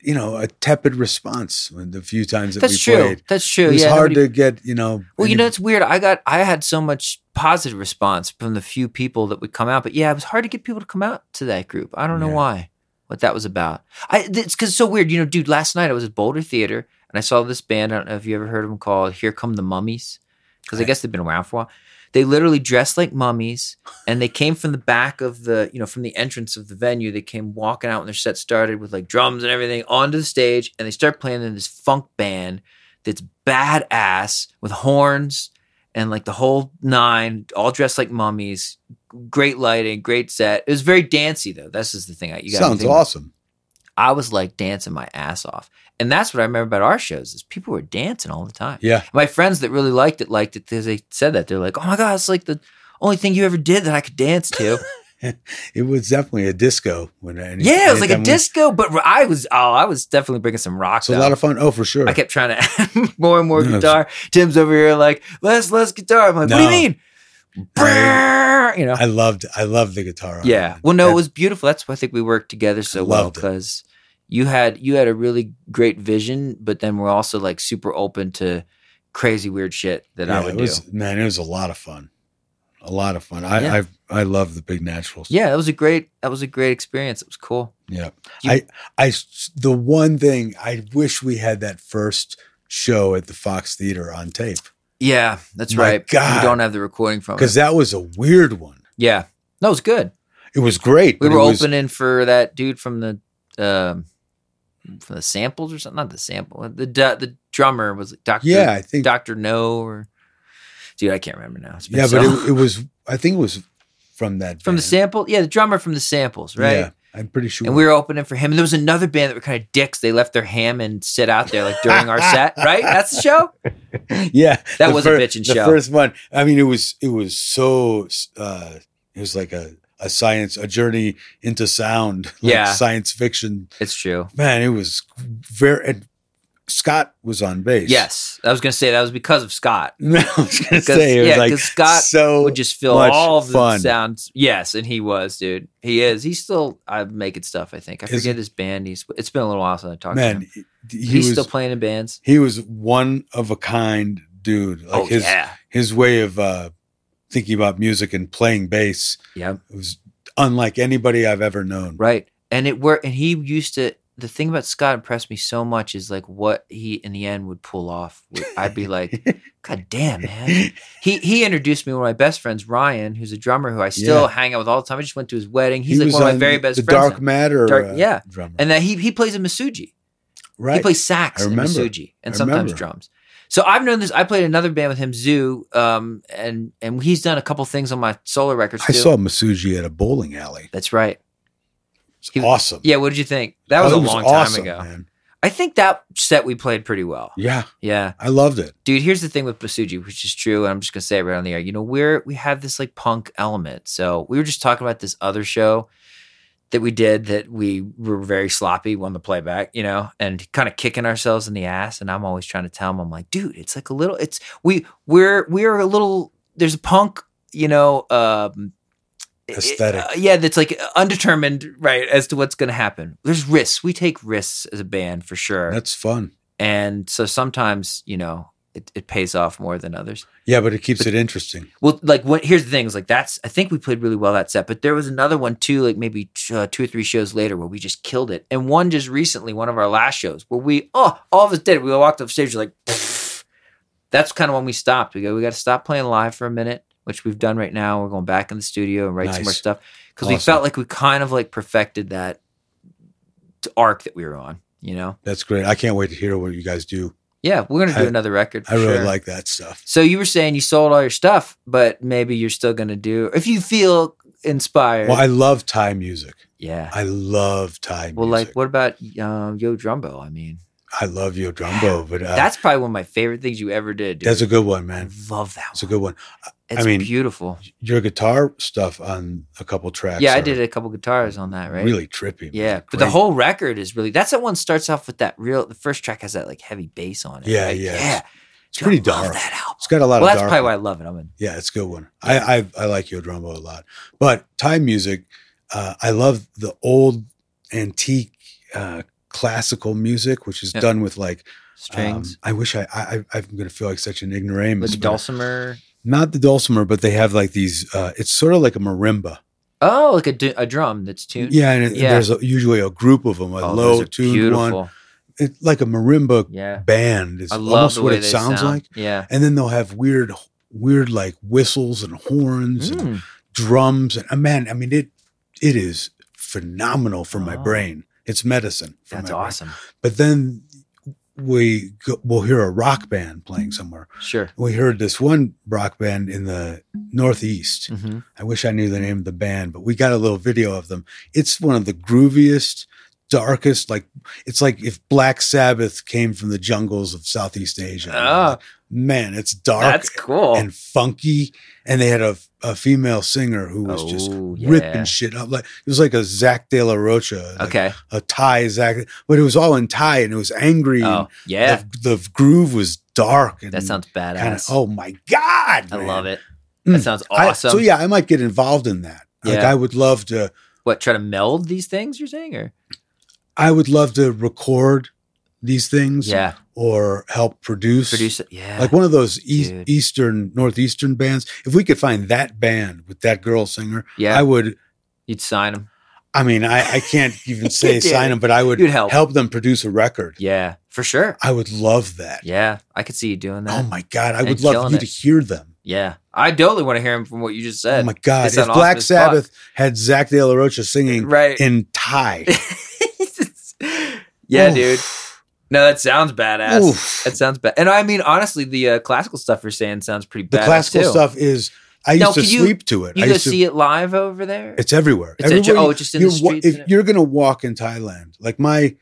you know a tepid response when the few times that That's we true. played. That's true. It was yeah, hard nobody- to get you know. Well, you any- know, it's weird. I got I had so much positive response from the few people that would come out, but yeah, it was hard to get people to come out to that group. I don't know Yeah. why, what that was about. I th- it's because it's so weird. You know, dude, last night I was at Boulder Theater and I saw this band. I don't know if you ever heard of them called Here Come the Mummies, because I I- guess they've been around for a while. They literally dressed like mummies, and they came from the back of the, you know, from the entrance of the venue. They came walking out when their set started with like drums and everything onto the stage, and they start playing in this funk band that's badass with horns and like the whole nine, all dressed like mummies. Great lighting, great set. It was very dancey though. This is the thing. You got sounds awesome. I was like dancing my ass off, and that's what I remember about our shows is people were dancing all the time. Yeah, My friends that really liked it liked it because they said that they're like, "Oh my god, it's like the only thing you ever did that I could dance to." it was definitely a disco when any, yeah, it was like a anytime we- disco, but I was oh, I was definitely bringing some rock. It's a though. lot of fun. Oh, for sure. I kept trying to add more and more No, it's- guitar. Tim's over here like, less, less guitar. I'm like, what do you No. mean? Brrr, you know. I loved I loved the guitar. on yeah. it. Well, no, That- it was beautiful. That's why I think we worked together so well loved it. because you had you had a really great vision, but then we're also like super open to crazy weird shit that yeah, I would it was, do. Man, it was a lot of fun. A lot of fun. I Yeah. I, I love the Big Naturals. Yeah, that was a great that was a great experience. It was cool. Yeah. You- I I s- the one thing I wish we had that first show at the Fox Theater on tape Yeah, that's My right. God. We don't have the recording from because it. that was a weird one. Yeah. That was good. It was great. We but were it was- opening for that dude from the um from the samples or something. Not the sample. uh, The du- the drummer was it Doctor. Yeah, I think. Doctor No or dude, I can't remember now. It's been yeah, so- but it, it was. I think it was from that from the band. sample. Yeah, the drummer from the samples, right? Yeah, I'm pretty sure. And we were opening for him. And there was another band that were kind of dicks. They left their ham and sit out there like during our set, right? That's the show. yeah, That the was a fir- bitchin' The show. first one. I mean, it was it was so uh, it was like a a science a journey into sound. Like Yeah. science fiction. It's true. Man, it was very. And Scott was on bass. Yes, I was gonna say that was because of Scott. I was gonna 'Cause- say it was yeah, like 'cause Scott so Would just fill much all the fun. sounds. Yes, and he was, dude. He is. He's still uh, making stuff. I think I Is- forget his band. He's. It's been a little while since I talked to man. him. He, He's he was still playing in bands. he was one of a kind dude. Like oh his yeah, his way of uh, thinking about music and playing bass yeah. was unlike anybody I've ever known. Right. And it were and he used to the thing about Scott impressed me so much is like what he in the end would pull off. I'd be like, God damn, man. He he introduced me to one of my best friends, Ryan, who's a drummer who I still Yeah. hang out with all the time. I just went to his wedding. He's He like was one of my on very best the friends. Dark now. Matter, Dark- uh, yeah. drummer. and then he he plays a Masuji. right, He plays sax I and remember. Masuji and I sometimes remember. drums. So I've known this. I played another band with him, Zoo, um, and and he's done a couple things on my solo records I too. saw Masuji at a bowling alley. That's right. It's He- awesome. Yeah, what did you think? That was Oh, a it long awesome, time ago. man. I think that set we played pretty well. Yeah, Yeah. I loved it. Dude, here's the thing with Basuji, which is true, and I'm just gonna say it right on the air. You know, we're we have this like punk element. So we were just talking about this other show that we did that we were very sloppy on the playback, you know, and kind of kicking ourselves in the ass. And I'm always trying to tell him, I'm like, dude, it's like a little it's we we're we're a little there's a punk, you know, um Aesthetic. uh, yeah, that's like undetermined, right, as to what's gonna happen. There's risks. We take risks as a band for sure. That's fun. And so sometimes, you know, it, it pays off more than others. Yeah, but it keeps it interesting. Well, like, what, here's the thing is like, that's, I think we played really well that set, but there was another one too, like maybe t- uh, two or three shows later where we just killed it. And one just recently, one of our last shows where we, oh, all of us did. it. We walked off stage, like, pfft. that's kind of when we stopped. We go, we got to stop playing live for a minute, which we've done right now. We're going back in the studio and write some more Nice. stuff because we Awesome. felt like we kind of like perfected that t- arc that we were on, you know? That's great. I can't wait to hear what you guys do. Yeah, we're going to do I- another record. For I really sure. like that stuff. So you were saying you sold all your stuff, but maybe you're still going to do if you feel inspired. Well, I love Thai music. yeah. I love Thai well, music. like what about um, Yo Drumbo? I mean, I love Yo Drumbo, but uh, that's, that's probably one of my favorite things you ever did. Dude. a good one, I man. love that. It's One. a good one. It's mean, beautiful. Your guitar stuff on a couple tracks. Yeah, I are did a couple guitars on that, right? Really trippy. man. Yeah, It's but the great. whole record is really that's that one starts off with that real. The first track has that like heavy bass on it. Yeah, right? yeah, it's- yeah. it's Dude, pretty I love dark. That album. It's got a lot Well, of that's dark. Um, probably why I love it. I mean, Yeah, it's a good one. I I, I like Yo Drumbo a lot, but Thai music. Uh, I love the old antique uh, classical music, which is Yeah. done with like strings, Um, I wish I, I I- I'm going to feel like such an ignoramus. with but- dulcimer. Not the dulcimer, but they have like these. Uh, it's sort of like a marimba. Oh, like a, d- a drum that's tuned. Yeah, and it, Yeah. there's a, usually a group of them, a Oh, those low are tuned one. It's like a marimba Yeah. band. Is I love almost the what way it they sounds sound. like. Yeah. And then they'll have weird, weird like whistles and horns and Mm. drums and uh, man, I mean it. It is phenomenal for my Oh. brain. It's medicine. For That's my brain. awesome. But then we go, we'll hear a rock band playing somewhere. Sure. we heard this one rock band in the Northeast. hmm I wish I knew the name of the band, but we got a little video of them. It's one of the grooviest, darkest, like it's like if Black Sabbath came from the jungles of Southeast Asia. Oh. Man, it's dark Ah, That's cool. and funky. And they had a, a female singer who was just Oh, yeah. ripping shit up. Like it was like a Zach De La Rocha, like okay. Oh, a Thai Zach, but it was all in Thai and it was angry. Oh, and yeah. the, the groove was dark. And that sounds badass. kind of oh my god I man. love it. Mm. That sounds I- awesome. so yeah i might get involved in that like Yeah. i would love to What, try to meld these things you're saying? Or? i would love to record these things Yeah. or help produce Produce it. Yeah. like one of those e- Dude. eastern northeastern bands if we could find that band with that girl singer yeah. i would You'd sign them. i mean i, I can't even say You'd do sign it. them but i would You'd help. them produce a record Yeah. For sure. i would love that Yeah. I could see you doing that. oh my god i And would love killing you it. to hear them yeah. I totally want to hear him from what you just said. oh my god It's if an awesome black as fuck. sabbath had zach de la rocha singing Right. in thai yeah, Oof. dude. No, that sounds badass. Oof. That sounds bad. And I mean, honestly, the uh, classical stuff you're saying sounds pretty The badass classical too. stuff is I used Now, to can you- sleep to it. You I go used to, see it live over there? it's everywhere. It's a- Everywhere oh, you- it's just in the you're wa- streets If and- you're gonna walk in Thailand, like my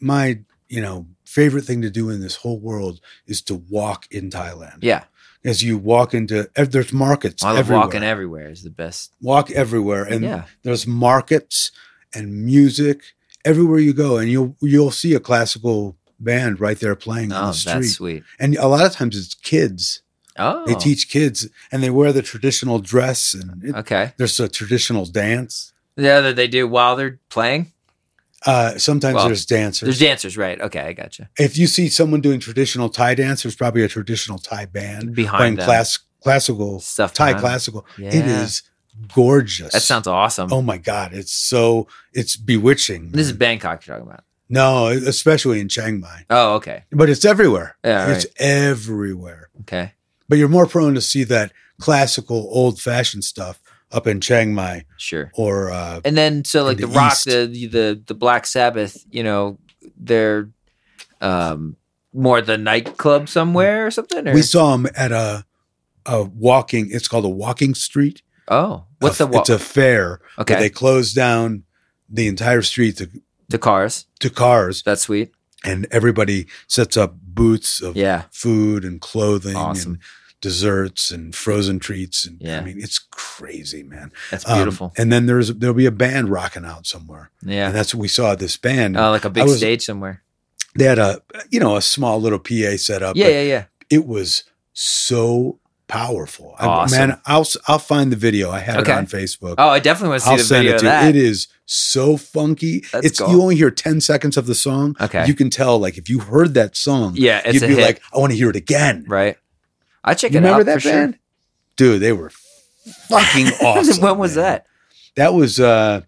my you know favorite thing to do in this whole world is to walk in Thailand. yeah. As you walk into ev- there's markets I love everywhere. walking everywhere is the best. walk everywhere, and yeah. there's markets and music everywhere you go, and you'll you'll see a classical band right there playing on Oh, that's the street. sweet. And a lot of times it's kids. Oh. Uh. They teach kids, and they wear the traditional dress, and it, Okay. there's a traditional dance. Yeah, that they do while they're playing. Uh, sometimes Well, there's dancers. There's dancers, right? Okay, I gotcha. if you see someone doing traditional Thai dance, there's probably a traditional Thai band playing Behind them. class classical stuff. Thai behind them. classical. It Yeah. is gorgeous. That sounds awesome. Oh my god, Oh it's so it's bewitching. This Um, is man. Bangkok you're talking about. No, especially in Chiang Mai, Oh, okay. but it's everywhere. Yeah, it's everywhere. Okay. But you're more prone to see that classical, old-fashioned stuff up in Chiang Mai Sure. or uh, And then so like the the, rock, East. the the the Black Sabbath, you know, they're um more the nightclub somewhere or something. Or? We saw him at a a walking. It's called a walking street. oh, what's A- the walk? It's a fair. but okay, They closed down the entire street to, the cars. to cars, That's sweet. and everybody sets up booths of Yeah, food and clothing Awesome. and desserts and frozen treats. And Yeah. I mean, it's crazy, man. that's Um, beautiful. and then there's there'll be a band rocking out somewhere, and yeah, that's what we saw. This band. oh, like a big I was- stage somewhere. they had a you know a small little PA setup. Yeah, but yeah, yeah. it was so powerful. I- Awesome. man, I'll I'll find the video. I have Okay. it on Facebook. Oh, I definitely want to see I'll the send video it of to you. that. It is so funky. That's it's cool. you only hear 10 seconds of the song. Okay. You can tell like if you heard that song, yeah, it's you'd a be hit, like, I want to hear it again. right? I check You it remember out that for band? Dude, they were fucking sure. awesome. when was man. that? That was uh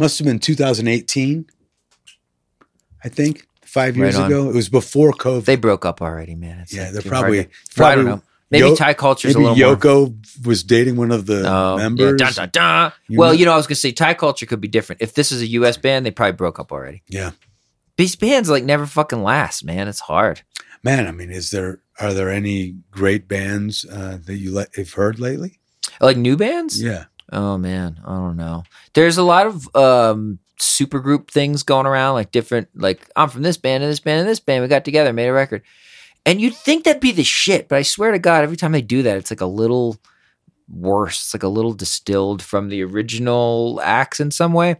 must have been 2018, I think. Five Right years on. ago. It was before COVID. They broke up already, man. It's yeah, like they're too hard to- probably, Well, I don't probably know. Maybe Yo- Thai culture's Maybe a little more. Yoko was dating one of the Oh, yeah, members. dun, dun, dun. You well, know- you know, I was gonna say Thai culture could be different. If this is a U.S. band, they probably broke up already. Yeah. these bands like never fucking last, man. It's hard. Man, I mean, is there are there any great bands uh, that you let, have heard lately? Like new bands. Yeah, Oh man, I don't know. There's a lot of um supergroup things going around, like different. Like I'm from this band and this band and this band. We got together, made a record, and you'd think that'd be the shit, but I swear to God, every time they do that, it's like a little worse. It's like a little distilled from the original acts in some way.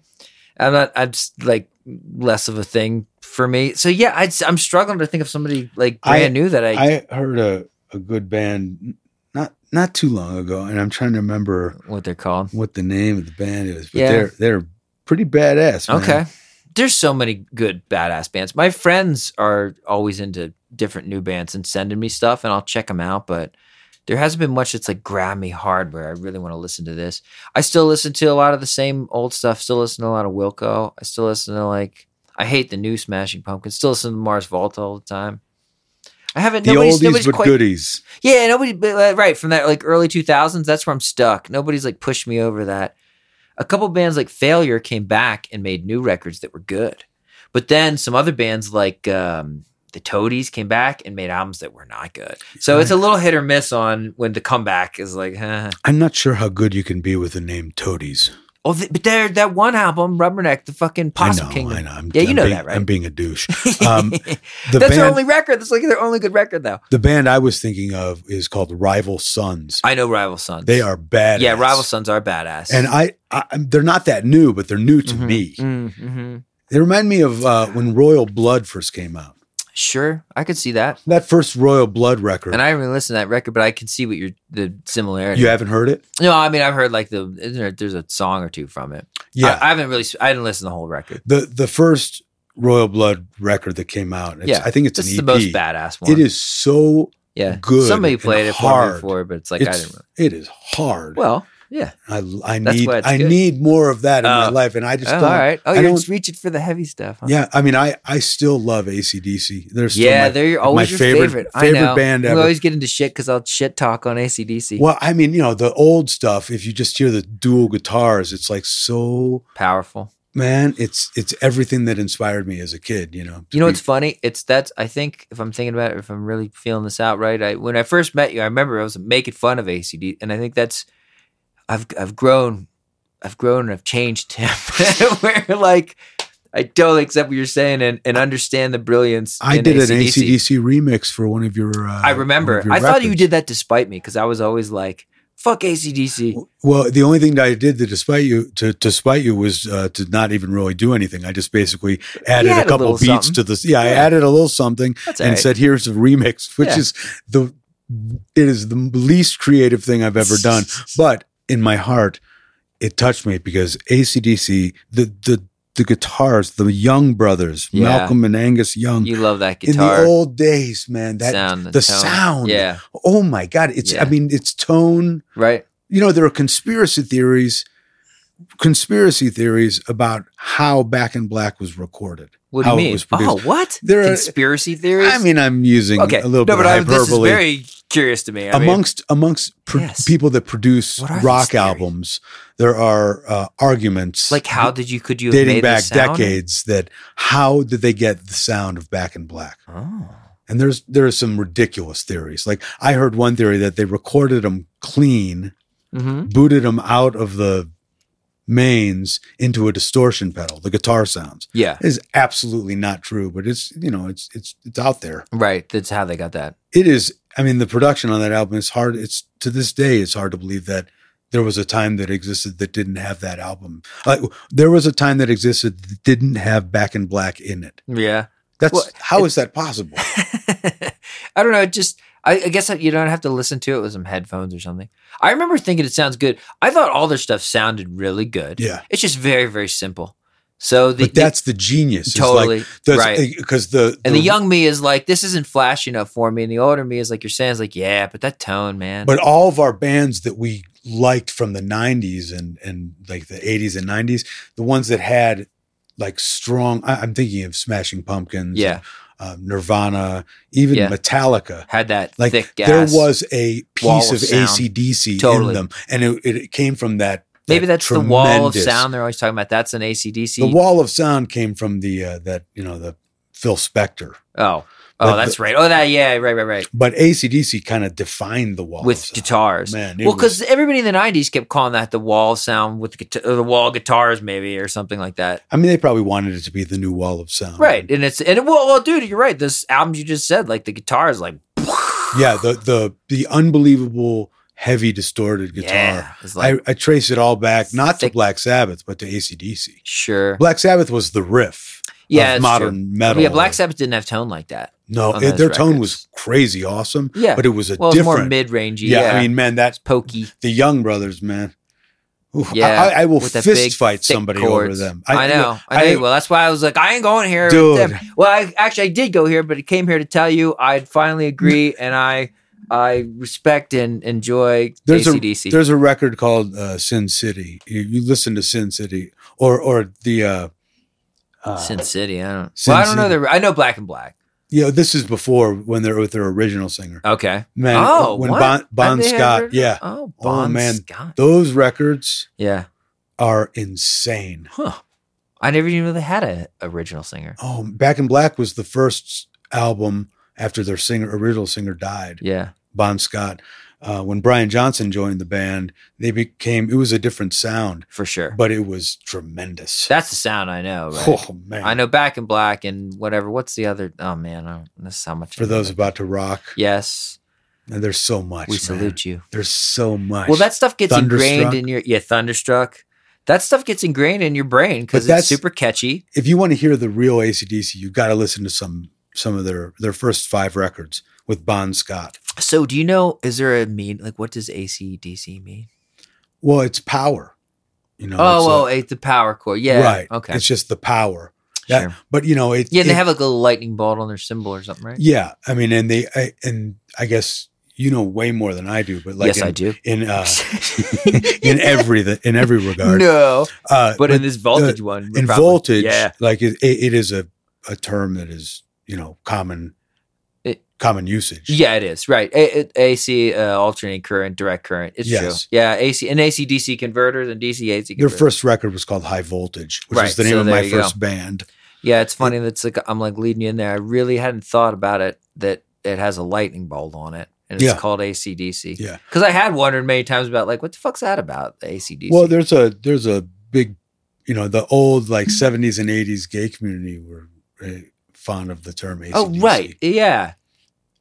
I'm not. I'm s- like less of a thing for me. So yeah, I'd, s- I'm struggling to think of somebody like I- brand new that I, I heard a, a good band not not too long ago, and I'm trying to remember what they're called. what the name of the band is. But Yeah. they're they're pretty badass. man. Okay. There's so many good badass bands. My friends are always into different new bands and sending me stuff and I'll check them out, but there hasn't been much that's like grabbed me hard where I really want to listen to this. I still listen to a lot of the same old stuff, still listen to a lot of Wilco. I still listen to like I hate the new Smashing Pumpkins, still listen to Mars Volta all the time. I haven't the nobody's, oldies nobody's but quite goodies. yeah, nobody. but, uh, Right from that like early two thousands, that's where I'm stuck. Nobody's like pushed me over that. A couple bands like Failure came back and made new records that were good, but then some other bands like um, the Toadies came back and made albums that were not good. So it's a little hit or miss on when the comeback is like. Huh. I'm not sure how good you can be with the name Toadies. Oh, th- but there that one album, Rubberneck, the fucking Possum I know, Kingdom. I know. I'm, Yeah, you I'm know being- that, right? I'm being a douche. Um, The that's band, their only record. That's like their only good record, though. the band I was thinking of is called Rival Sons. I know Rival Sons. They are badass. Yeah, Rival Sons are badass. And I, I, they're not that new, but they're new to Mhm. me. Mm, mhm. They remind me of uh, when Royal Blood first came out. Sure, I could see that. That first Royal Blood record. And I haven't listened to that record, but I can see what you're the similarity. you haven't heard it? No, I mean I've heard like the isn't there- there's a song or two from it. Yeah. I, I haven't really. I didn't listen to the whole record. the the first Royal Blood record that came out. It's, Yeah. I think it's This an E is EP. the most badass one. It is so Yeah, good Somebody and played it for hard. me before, but it's like I it's- didn't. Really, it is hard. well, yeah. I, I that's need why it's I good. need more of that in my Oh. life, and I just Oh, all don't. right. Oh, I you're don't- just reaching for the heavy stuff. Huh? Yeah, I mean, I I still love ACDC. They're still yeah. my- they're always your favorite- favorite. I favorite know. band We ever. always get into shit because I'll shit talk on ACDC. Well, I mean, you know, the old stuff, if you just hear the dual guitars, it's like so Powerful. man, it's it's everything that inspired me as a kid, you know. You know what's funny? It's that's I think if I'm thinking about it, if I'm really feeling this out right, I when I first met you, I remember I was making fun of ACD, and I think that's I've I've grown, I've grown, and I've changed him. Where like I totally accept what you're saying and, and understand the brilliance. I in did an AC/DC. ACDC remix for one of your uh, I one remember. of your I thought you records. did that despite me because I was always like, "Fuck ACDC." Well, the only thing that I did that despite you to to spite you was uh, to not even really do anything. I just basically added added a a couple little beats something. to this. Yeah, I Yeah. added a little something That's all and right. said here's a remix, which Yeah. is the it is the least creative thing I've ever done. but in my heart it touched me because acdc the the the guitars the young brothers Yeah. malcolm and angus young you love that in the guitar old days man that sound, the tone. sound Yeah, oh my god it's i Yeah. mean it's tone right. you know there are conspiracy theories conspiracy theories about how Back in Black was recorded. What do how you it mean? was produced. Oh, what? There are- Conspiracy theories? I mean, I'm using okay. a little no, bit but of I, this is hyperbole. very curious to me. I mean, amongst amongst pro- Yes. people that produce What are these rock theories? albums, there are uh, arguments like, how did you, could you have dating made back this sound? decades that how did they get the sound of Back in Black? Oh. And there's there are some ridiculous theories. Like I heard one theory that they recorded them clean, Mm-hmm. booted them out of the mains into a distortion pedal, the guitar sounds. Yeah. It is absolutely not true, but it's you know it's it's it's out there. Right. That's how they got that. it is i mean the production on that album is hard it's to this day it's hard to believe that there was a time that existed that didn't have that album like there was a time that existed that didn't have back in black in it Yeah. that's Well, how is that possible I don't know. It just I, I guess you don't have to listen to it with some headphones or something. I remember thinking it sounds good. I thought all their stuff sounded really good. yeah It's just very very simple. So the, but that's the genius the- It's totally right. because the and the young me is like, this isn't flashy enough for me. And the older me is like, you're saying is like, yeah, but that tone, man. but all of our bands that we liked from the 90s and and like the 80s and 90s the ones that had like strong I, i'm thinking of smashing pumpkins yeah, uh, nirvana even Yeah. metallica had that like thick gas. there was a wall piece of of, sound. ACDC Totally. in them, and it, it, it came from that. maybe that that's the wall of tremendous- sound they're always talking about. That's an ACDC. The wall of sound came from the uh, that you know the Phil Spector, oh, but oh, the- that's right. Oh, that yeah, right, right, right. but ACDC kind of defined the wall of With sound. guitars. Man, it Well, was- because everybody in the '90s kept calling that the wall sound with the, guita- or the wall guitars, maybe or something like that. I mean, they probably wanted it to be the new wall of sound, Right, and it's and it, well, well, dude, you're right. This album you just said, like the guitar is like Yeah, the the the unbelievable heavy distorted guitar. yeah, it's like I, I trace it all back not Thick- to Black Sabbath, but to ACDC. sure, Black Sabbath was the riff yeah, of it's modern true. metal. Yeah, Black Sabbath didn't have tone like that. No, on it- those their tone records. was crazy awesome, Yeah, but it was a well, it's more different. mid rangey. yeah, I mean, man, that it's pokey. the Young Brothers, man. Oof, Yeah, I, I will with that fist big, fight thick somebody over chords. them. I, know, I, know. I- you will. that's why I was like, I ain't going here, with Dude. them. Well, I actually I did go here, but I came here to tell you I'd finally agree, and I I respect and enjoy There's a- ACDC. There's a record called uh, Sin City. You, you listen to Sin City, or or the uh, uh, Sin City. I don't. Sin well, I don't know. City. The, I know Black and Black. you know, this is before when they're with their original singer. Okay. Man, Oh, when what? Bon, Have bon they Scott, ever- yeah, Oh, Oh, Bon man. Scott. those records Yeah. are insane. Huh. I never even knew they had a original singer. Oh, Back in Black was the first album after their singer original singer died. Yeah. Bon Scott. Uh, when Brian Johnson joined the band, they became it was a different sound, For sure. but it was tremendous. That's the sound I know. Right? oh man! I know Back in Black and whatever. What's the other? Oh man, I don't, this is how much. I for know. those about to rock, Yes, and there's so much. we man. salute you. There's so much. Well, that stuff gets ingrained Thunderstruck. in your yeah. Thunderstruck. That stuff gets ingrained in your brain because it's that's- super catchy. if you want to hear the real ACDC, you got to listen to some some of their their first five records with Bon Scott. So, do you know? Is there a mean? Like, what does ACDC mean? Well, it's power. You know. oh, it's a- well, it's the power chord. Yeah. right. Okay. It's just the power, that- sure. but you know it. Yeah, and they it- have like a little lightning bolt on their symbol or something, right? Yeah, I mean, and they I, and I guess you know way more than I do, but like yes, in, I do. in uh, in every in every regard. no, uh, but in this voltage one, in probably. voltage, yeah, like it, it, it is a, a term that is you know common It- common usage. yeah, it is right. A- A- AC uh, alternating current, direct current. It's Yes. true. Yeah, AC and AC DC converters and DC AC. Their Converters. first record was called High Voltage, which Right, is the name so of there my you go. first band. yeah, it's funny that's like I'm like leading you in there. I really hadn't thought about it that it has a lightning bolt on it. And it's Yeah. called ACDC. Yeah. Because I had wondered many times about, like, what the fuck's that about, the ACDC? Well, there's a there's a big, you know, the old like 70s and 80s gay community were uh, fond of the term ACDC. oh, right. Yeah.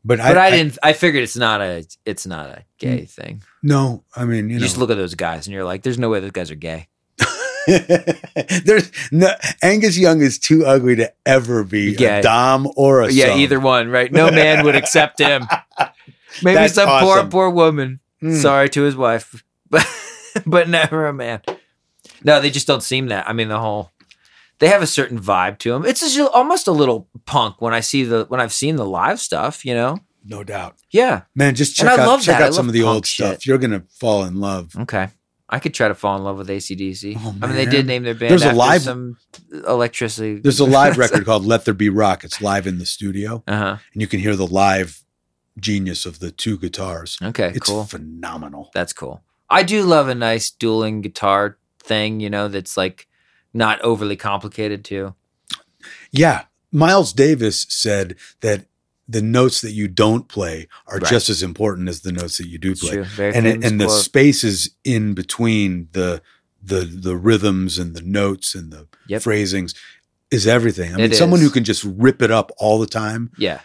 but, But I, didn't, I figured it's not a, it's not a gay thing. no, I mean, Mm, you, You, know, just look at those guys and you're like, there's no way those guys are gay. There's no Angus Young is too ugly to ever be Yeah. a dom or a yeah, sub. either one, right? No man would accept him. Maybe That's some awesome. poor, poor woman. Mm. Sorry to his wife, but but never a man. No, they just don't seem that. I mean, the whole they have a certain vibe to them. It's just almost a little punk when I see the when I've seen the live stuff. You know? no doubt, Yeah. man. Just And check I out love check that. I out some love of the punk old shit. stuff. You're gonna fall in love. Okay. I could try to fall in love with ACDC. Oh, I mean, they man. did name their band There's a after live- some electricity. There's a live record called Let There Be Rock. It's live in the studio, Uh and you can hear the live genius of the two guitars. huh. Okay, It's cool. phenomenal. That's cool. I do love a nice dueling guitar thing, you know, that's like not overly complicated too. Yeah. Miles Davis said that the notes that you don't play are Right. just as important as the notes that you do It's play. true. Very And it, famous and the quote. spaces in between the the the rhythms and the notes and the Yep. phrasings is everything. I mean, It someone is. who can just rip it up all the time yeah.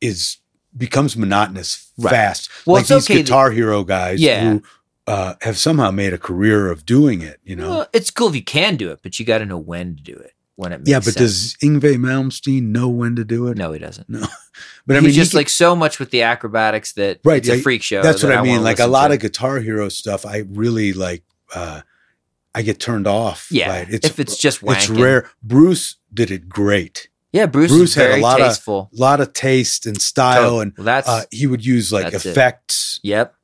is becomes monotonous Right. fast. Well, like it's these okay that- guitar hero guys Yeah. who uh, have somehow made a career of doing it. You know. Well, it's cool if you can do it, but you got to know when to do it. When it makes yeah, but sense. does Ingve Malmsteen know when to do it? no, he doesn't. But I He's mean, he just can- like so much with the acrobatics that Right, it's a yeah, freak show. that's what that I wanna mean. Like a listen lot to. of Guitar Hero stuff, I really like. uh I get turned off. yeah. by it. if it's just wanking. it's rare. Bruce did it great. Yeah, Bruce, Bruce is had a very lot of tasteful. A lot of taste and style, Totally. and well, that's uh, he would use like that's it. effects. yep.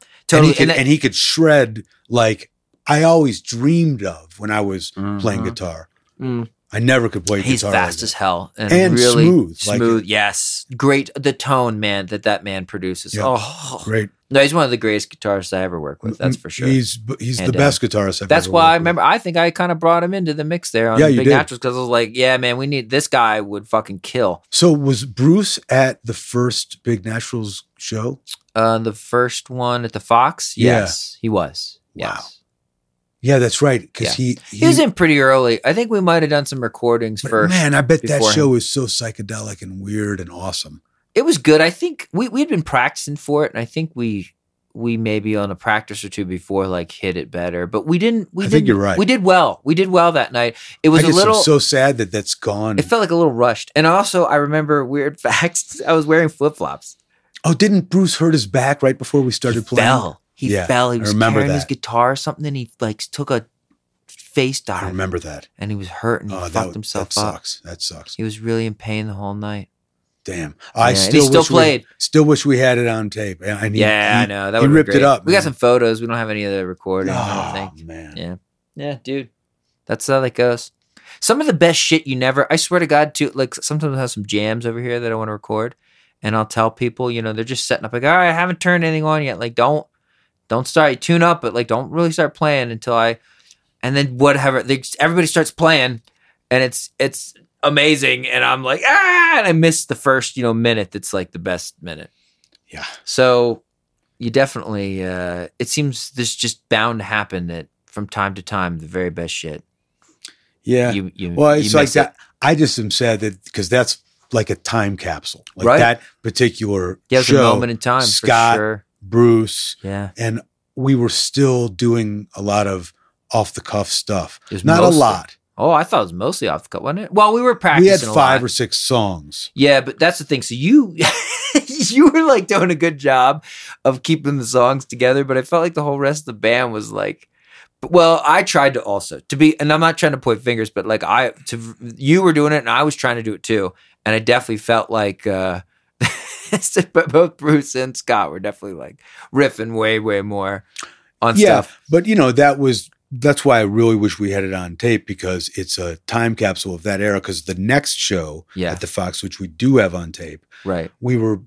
And Totally. he, could, and, that- he could shred like I always dreamed of when I was playing Mhm. guitar. Mm. I never could play He's guitar. fast like as hell and, that. and really smooth, like smooth. yes, great. The tone, man, that that man produces. Yeah. Oh, great. no, he's one of the greatest guitarists I ever worked with. That's for sure. He's he's And, uh, the best guitarist. I've that's ever why I worked with. remember. I think I kind of brought him into the mix there on Yeah, you Big did. Naturals because I was like, yeah, man, we need this guy would fucking kill. So was Bruce at the first Big Naturals show? Uh, the first one at the Fox, Yeah. yes, he was. Wow. Yes. Yeah, that's right. Because he, He was in pretty early. I think we might have done some recordings but first. Man, I bet that before show is so psychedelic and weird and awesome. it was good. I think we we'd been practicing for it, and I think we we maybe on a practice or two before like hit it better, but we didn't. We I didn't, think you're right. We did well. We did well that night. It I was a guess little. I'm so sad that that's gone. it felt like a little rushed, and also I remember weird facts. I was wearing flip flops. oh, didn't Bruce hurt his back right before we started playing? Fell. He Yeah, fell. He I was remember carrying his that. guitar or something, and he like took a face dive, I remember that. and he was hurt, and he Oh, fucked that, that himself up. sucks. That sucks. He was really in pain the whole night. Damn. I Yeah, and still, he still wish played. We, still wish we had it on tape. And- And he, yeah, he- I know. That he would've been ripped great. it up, We got man. some photos. We don't have any of the recordings. I don't Oh, think. man. Yeah. Yeah, dude. That's how that goes. Some of the best shit you never I swear to God too, like sometimes I have some jams over here that I want to record and I'll tell people, you know, they're just setting up like, all right, I haven't turned anything on yet. Like don't don't start tune up, but like don't really start playing until I and then whatever they just- everybody starts playing and it's it's amazing and I'm like, ah and I miss the first, you know, minute that's like the best minute. Yeah. So you definitely uh it seems this just bound to happen that from time to time the very best shit. Yeah. You you well, you it's like miss that. it. I just am sad that because that's like a time capsule. Like Right. that particular Yeah, it was show, a moment in time Scott. for sure. Bruce, Yeah. and we were still doing a lot of off the cuff stuff. It was Not mostly- a lot. Oh, I thought it was mostly off the cuff, wasn't it? Well, we were practicing. We had a five lot. or six songs. Yeah, but that's the thing. So you you were like doing a good job of keeping the songs together, but I felt like the whole rest of the band was like well, I tried to also to be and I'm not trying to point fingers, but like I to you were doing it and I was trying to do it too. And I definitely felt like uh but both Bruce and Scott were definitely like riffing way, way more on Yeah, stuff. but you know that was that's why I really wish we had it on tape because it's a time capsule of that era. Because the next show Yeah. at the Fox, which we do have on tape, Right. we were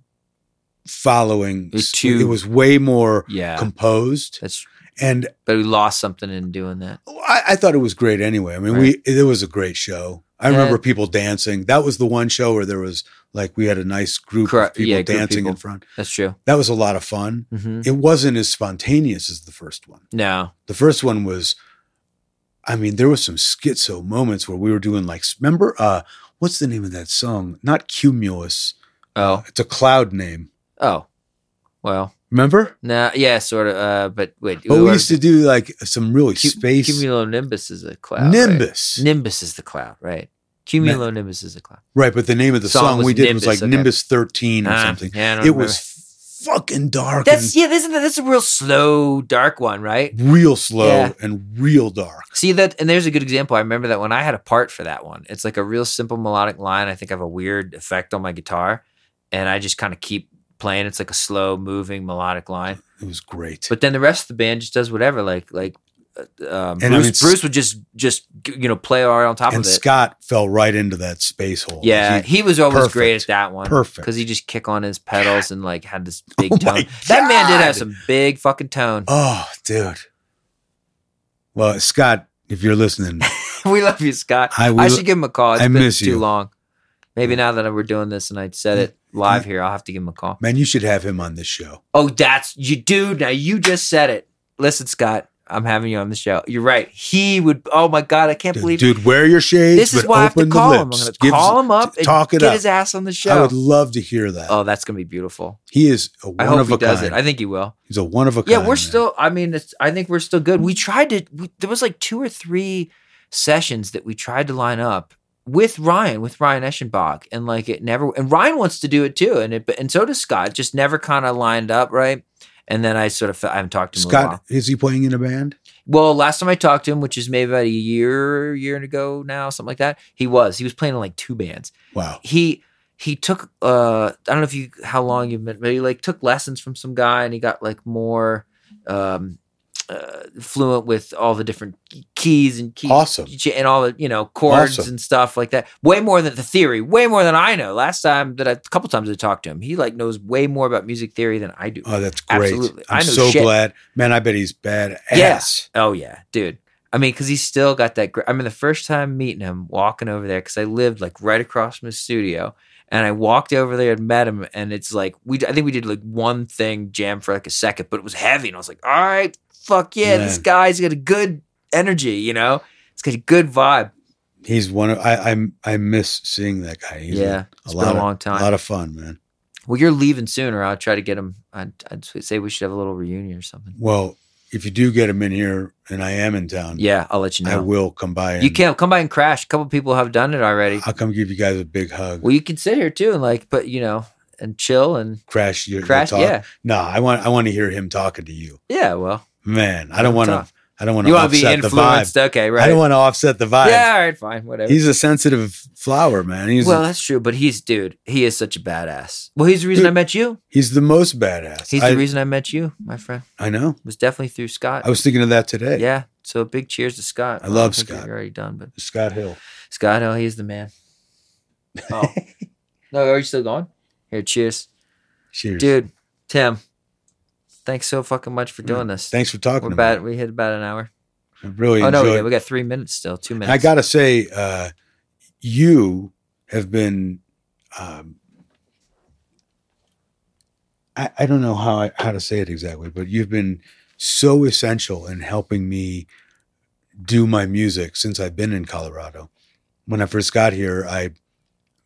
following. The two- It was way more Yeah. composed, That's and but we lost something in doing that. I, I thought it was great anyway. I mean, we it was a great show. I Yeah. remember people dancing. That was the one show where there was like we had a nice group Cor- of people yeah, group dancing in people. front. That's true. That was a lot of fun. hmm It wasn't as spontaneous as the first one. No. The first one was, I mean, there was some schizo moments where we were doing like, remember, uh, what's the name of that song? Not Cumulus. Oh. It's a cloud name. Oh. Well. Remember? No, yeah, sort of. Uh, but wait, But we used to do like some really space Cumulonimbus is a cloud. Right? Nimbus. Nimbus is the cloud, right? Cumulonimbus is a cloud. right. But the name of the Song song, was we did Nimbus, was like okay. Nimbus 13 or Ah, something. yeah, I don't It remember. was fucking dark That's yeah. Isn't that that's a real slow, dark one, right? and real slow Yeah. and real dark. See that, and there's a good example. I remember that when I had a part for that one. It's like a real simple melodic line. I think I have a weird effect on my guitar, and I just kind of keep playing. It's like a slow moving melodic line. It was great. But then the rest of the band just does whatever. Like like uh, um, And I Bruce mean, s- Bruce would just just you know play right on top and of it. Scott fell right into that space hole. yeah, He- he, was always great at perfect. that one. perfect. Because he just kick on his pedals and like had this big Oh my tone. That man did have God. some big fucking tone. oh, dude. Well, Scott, if you're listening, we love you, Scott. Oh. I I will. should give him a call. It's I been miss too you. Mm. long. Maybe now that we're doing this and I said it live here, I'll have to give him a call. man, you should have him on this show. Oh, that's you, dude. Now you just said it. Listen, Scott, I'm having you on the show. You're right. He would. Oh my God, I can't Dude, believe dude, wear your shades. this is but why I have to open the call him. I'm lips. going to Give- call him up and talk it get up. his ass on the I show. would love to hear that. oh, that's going to be beautiful. he is a one I hope of he a does kind. it. I think he will. He's a one of a Yeah, kind. we're man. still. I mean, it's, I think we're still good. We tried to. We, there was like two or three sessions that we tried to line up with Ryan, with Ryan Eschenbach, and like it never. And Ryan wants to do it too, and it, and so does Scott. Just never kind of lined up right. And then I sort of fe- I haven't talked to him in a while. Scott. Is he playing in a band? Well, last time I talked to him, which is maybe about a year, year ago now, something like that. He was. He was playing in like two bands. Wow. He he took uh I don't know if you how long you've been, but he like took lessons from some guy and he got like more um uh, fluent with all the different keys and keys Awesome. and all the you know chords Awesome. and stuff like that. Way more than the theory, way more than I know. Last time that I, a couple times I talked to him, he like knows way more about music theory than I do. Oh, that's great. Absolutely. I I'm know so shit. glad. Man, I bet he's bad Yeah. ass. Oh yeah, dude. I mean, because he's still got that. Gr- I mean, the first time meeting him, walking over there, because I lived like right across from his studio, and I walked over there and met him, and it's like we. I think we did like one thing jam for like a second, but it was heavy, and I was like, all right, fuck yeah, this Man. guy's got a good energy, you know. It's got a good vibe. He's one of I I I miss seeing that guy. He's yeah, a, it's a been a lot of, long a time. lot of fun, man. well, you're leaving soon, or I'll try to get him. I'd, I'd say we should have a little reunion or something. Well, if you do get him in here, and I am in town, Yeah, I'll let you I know. will come by. And You can come by and crash. A couple people have done it already. I'll come give you guys a big hug. Well, you can sit here too and like, but you know, and chill and crash your, your crash. talk. Yeah, No, I want I want to hear him talking to you, yeah. Well, man. I don't want to. Tough. I don't want you to want to offset be the vibe. influenced, okay? Right. I don't want to offset the vibe. yeah. All right. Fine. Whatever. He's a sensitive flower, man. He's well, that's true. But he's dude. He is such a badass. Well, he's the reason I Dude, met you. he's the most badass. He's I, the reason I met you, my friend. I know. It was definitely through Scott. I was thinking of that today. yeah. So big cheers to Scott. Oh, I love think Scott. You're already done, but Scott Hill. Scott, oh, he's the man. Oh. no, are you still going? Here, cheers, Cheers, dude. Tim, thanks so fucking much for doing this. Thanks for talking. We're to me. about we hit about an hour. I really Oh no, we enjoyed. got, we got three minutes still. Two minutes. I gotta say, uh, you have been. Um, I, I don't know how I, how to say it exactly, but you've been so essential in helping me do my music since I've been in Colorado. When I first got here, I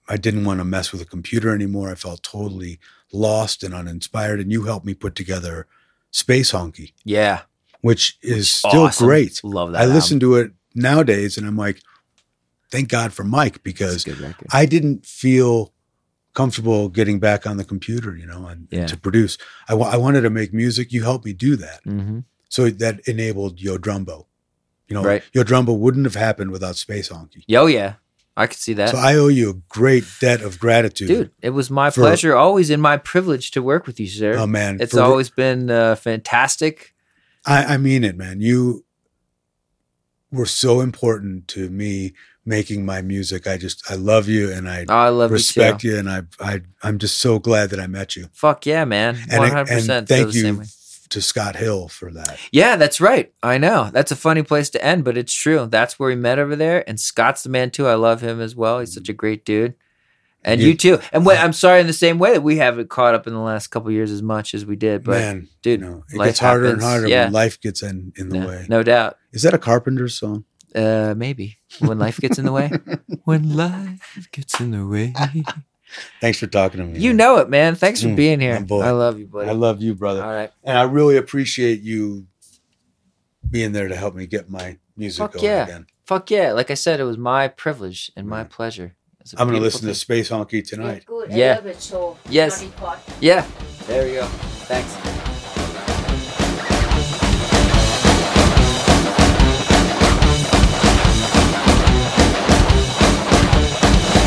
I didn't want to mess with a computer anymore. I felt totally lost and uninspired, and you helped me put together Space Honky, Yeah, which is still Awesome. great. Love that. I album. listen to it nowadays and I'm like, thank God for Mike It's because a good record. I didn't feel comfortable getting back on the computer, you know, and Yeah. to produce. I wa- I wanted to make music. You helped me do that. Mhm. So that enabled Yo Drumbo. You know, Right. Yo Drumbo wouldn't have happened without Space Honky. Yo, yeah, I could see that, So I owe you a great debt of gratitude. dude. It was my for- pleasure, always in my privilege to work with you, sir. Oh man. it's for- always been uh, fantastic. I, I mean it, man. You were so important to me making my music. I just I love you and I Oh, I love respect you too. you, and I, I I'm just so glad that I met you. Fuck yeah, man. And, One hundred and percent. thank Same you way. to Scott Hill for that. Yeah, that's right. I know that's a funny place to end, but it's true. That's where we met over there, and Scott's the man too. I love him as well. He's such a great dude. And you, You- too. And when, I'm sorry in the same way that we haven't caught up in the last couple years as much as we did, but Man, you dude, know, it life gets harder and happens. harder Yeah. when life gets in in the no, way. no doubt. Is that a Carpenter song? Uh, maybe when life gets in the way. when life gets in the way, Thanks for talking to me. you man. know it, man. Thanks for Mm, being here. my boy. I love you, buddy. I love you, brother, All right, and I really appreciate you being there to help me get my music Fuck going yeah. again. fuck yeah! Like I said, it was my privilege and my Mm. pleasure. It's a I'm gonna beautiful listen to thing. Space Honky It's tonight. good. I Yeah. love the show. Yes. Not record. Yeah, there we go. Thanks.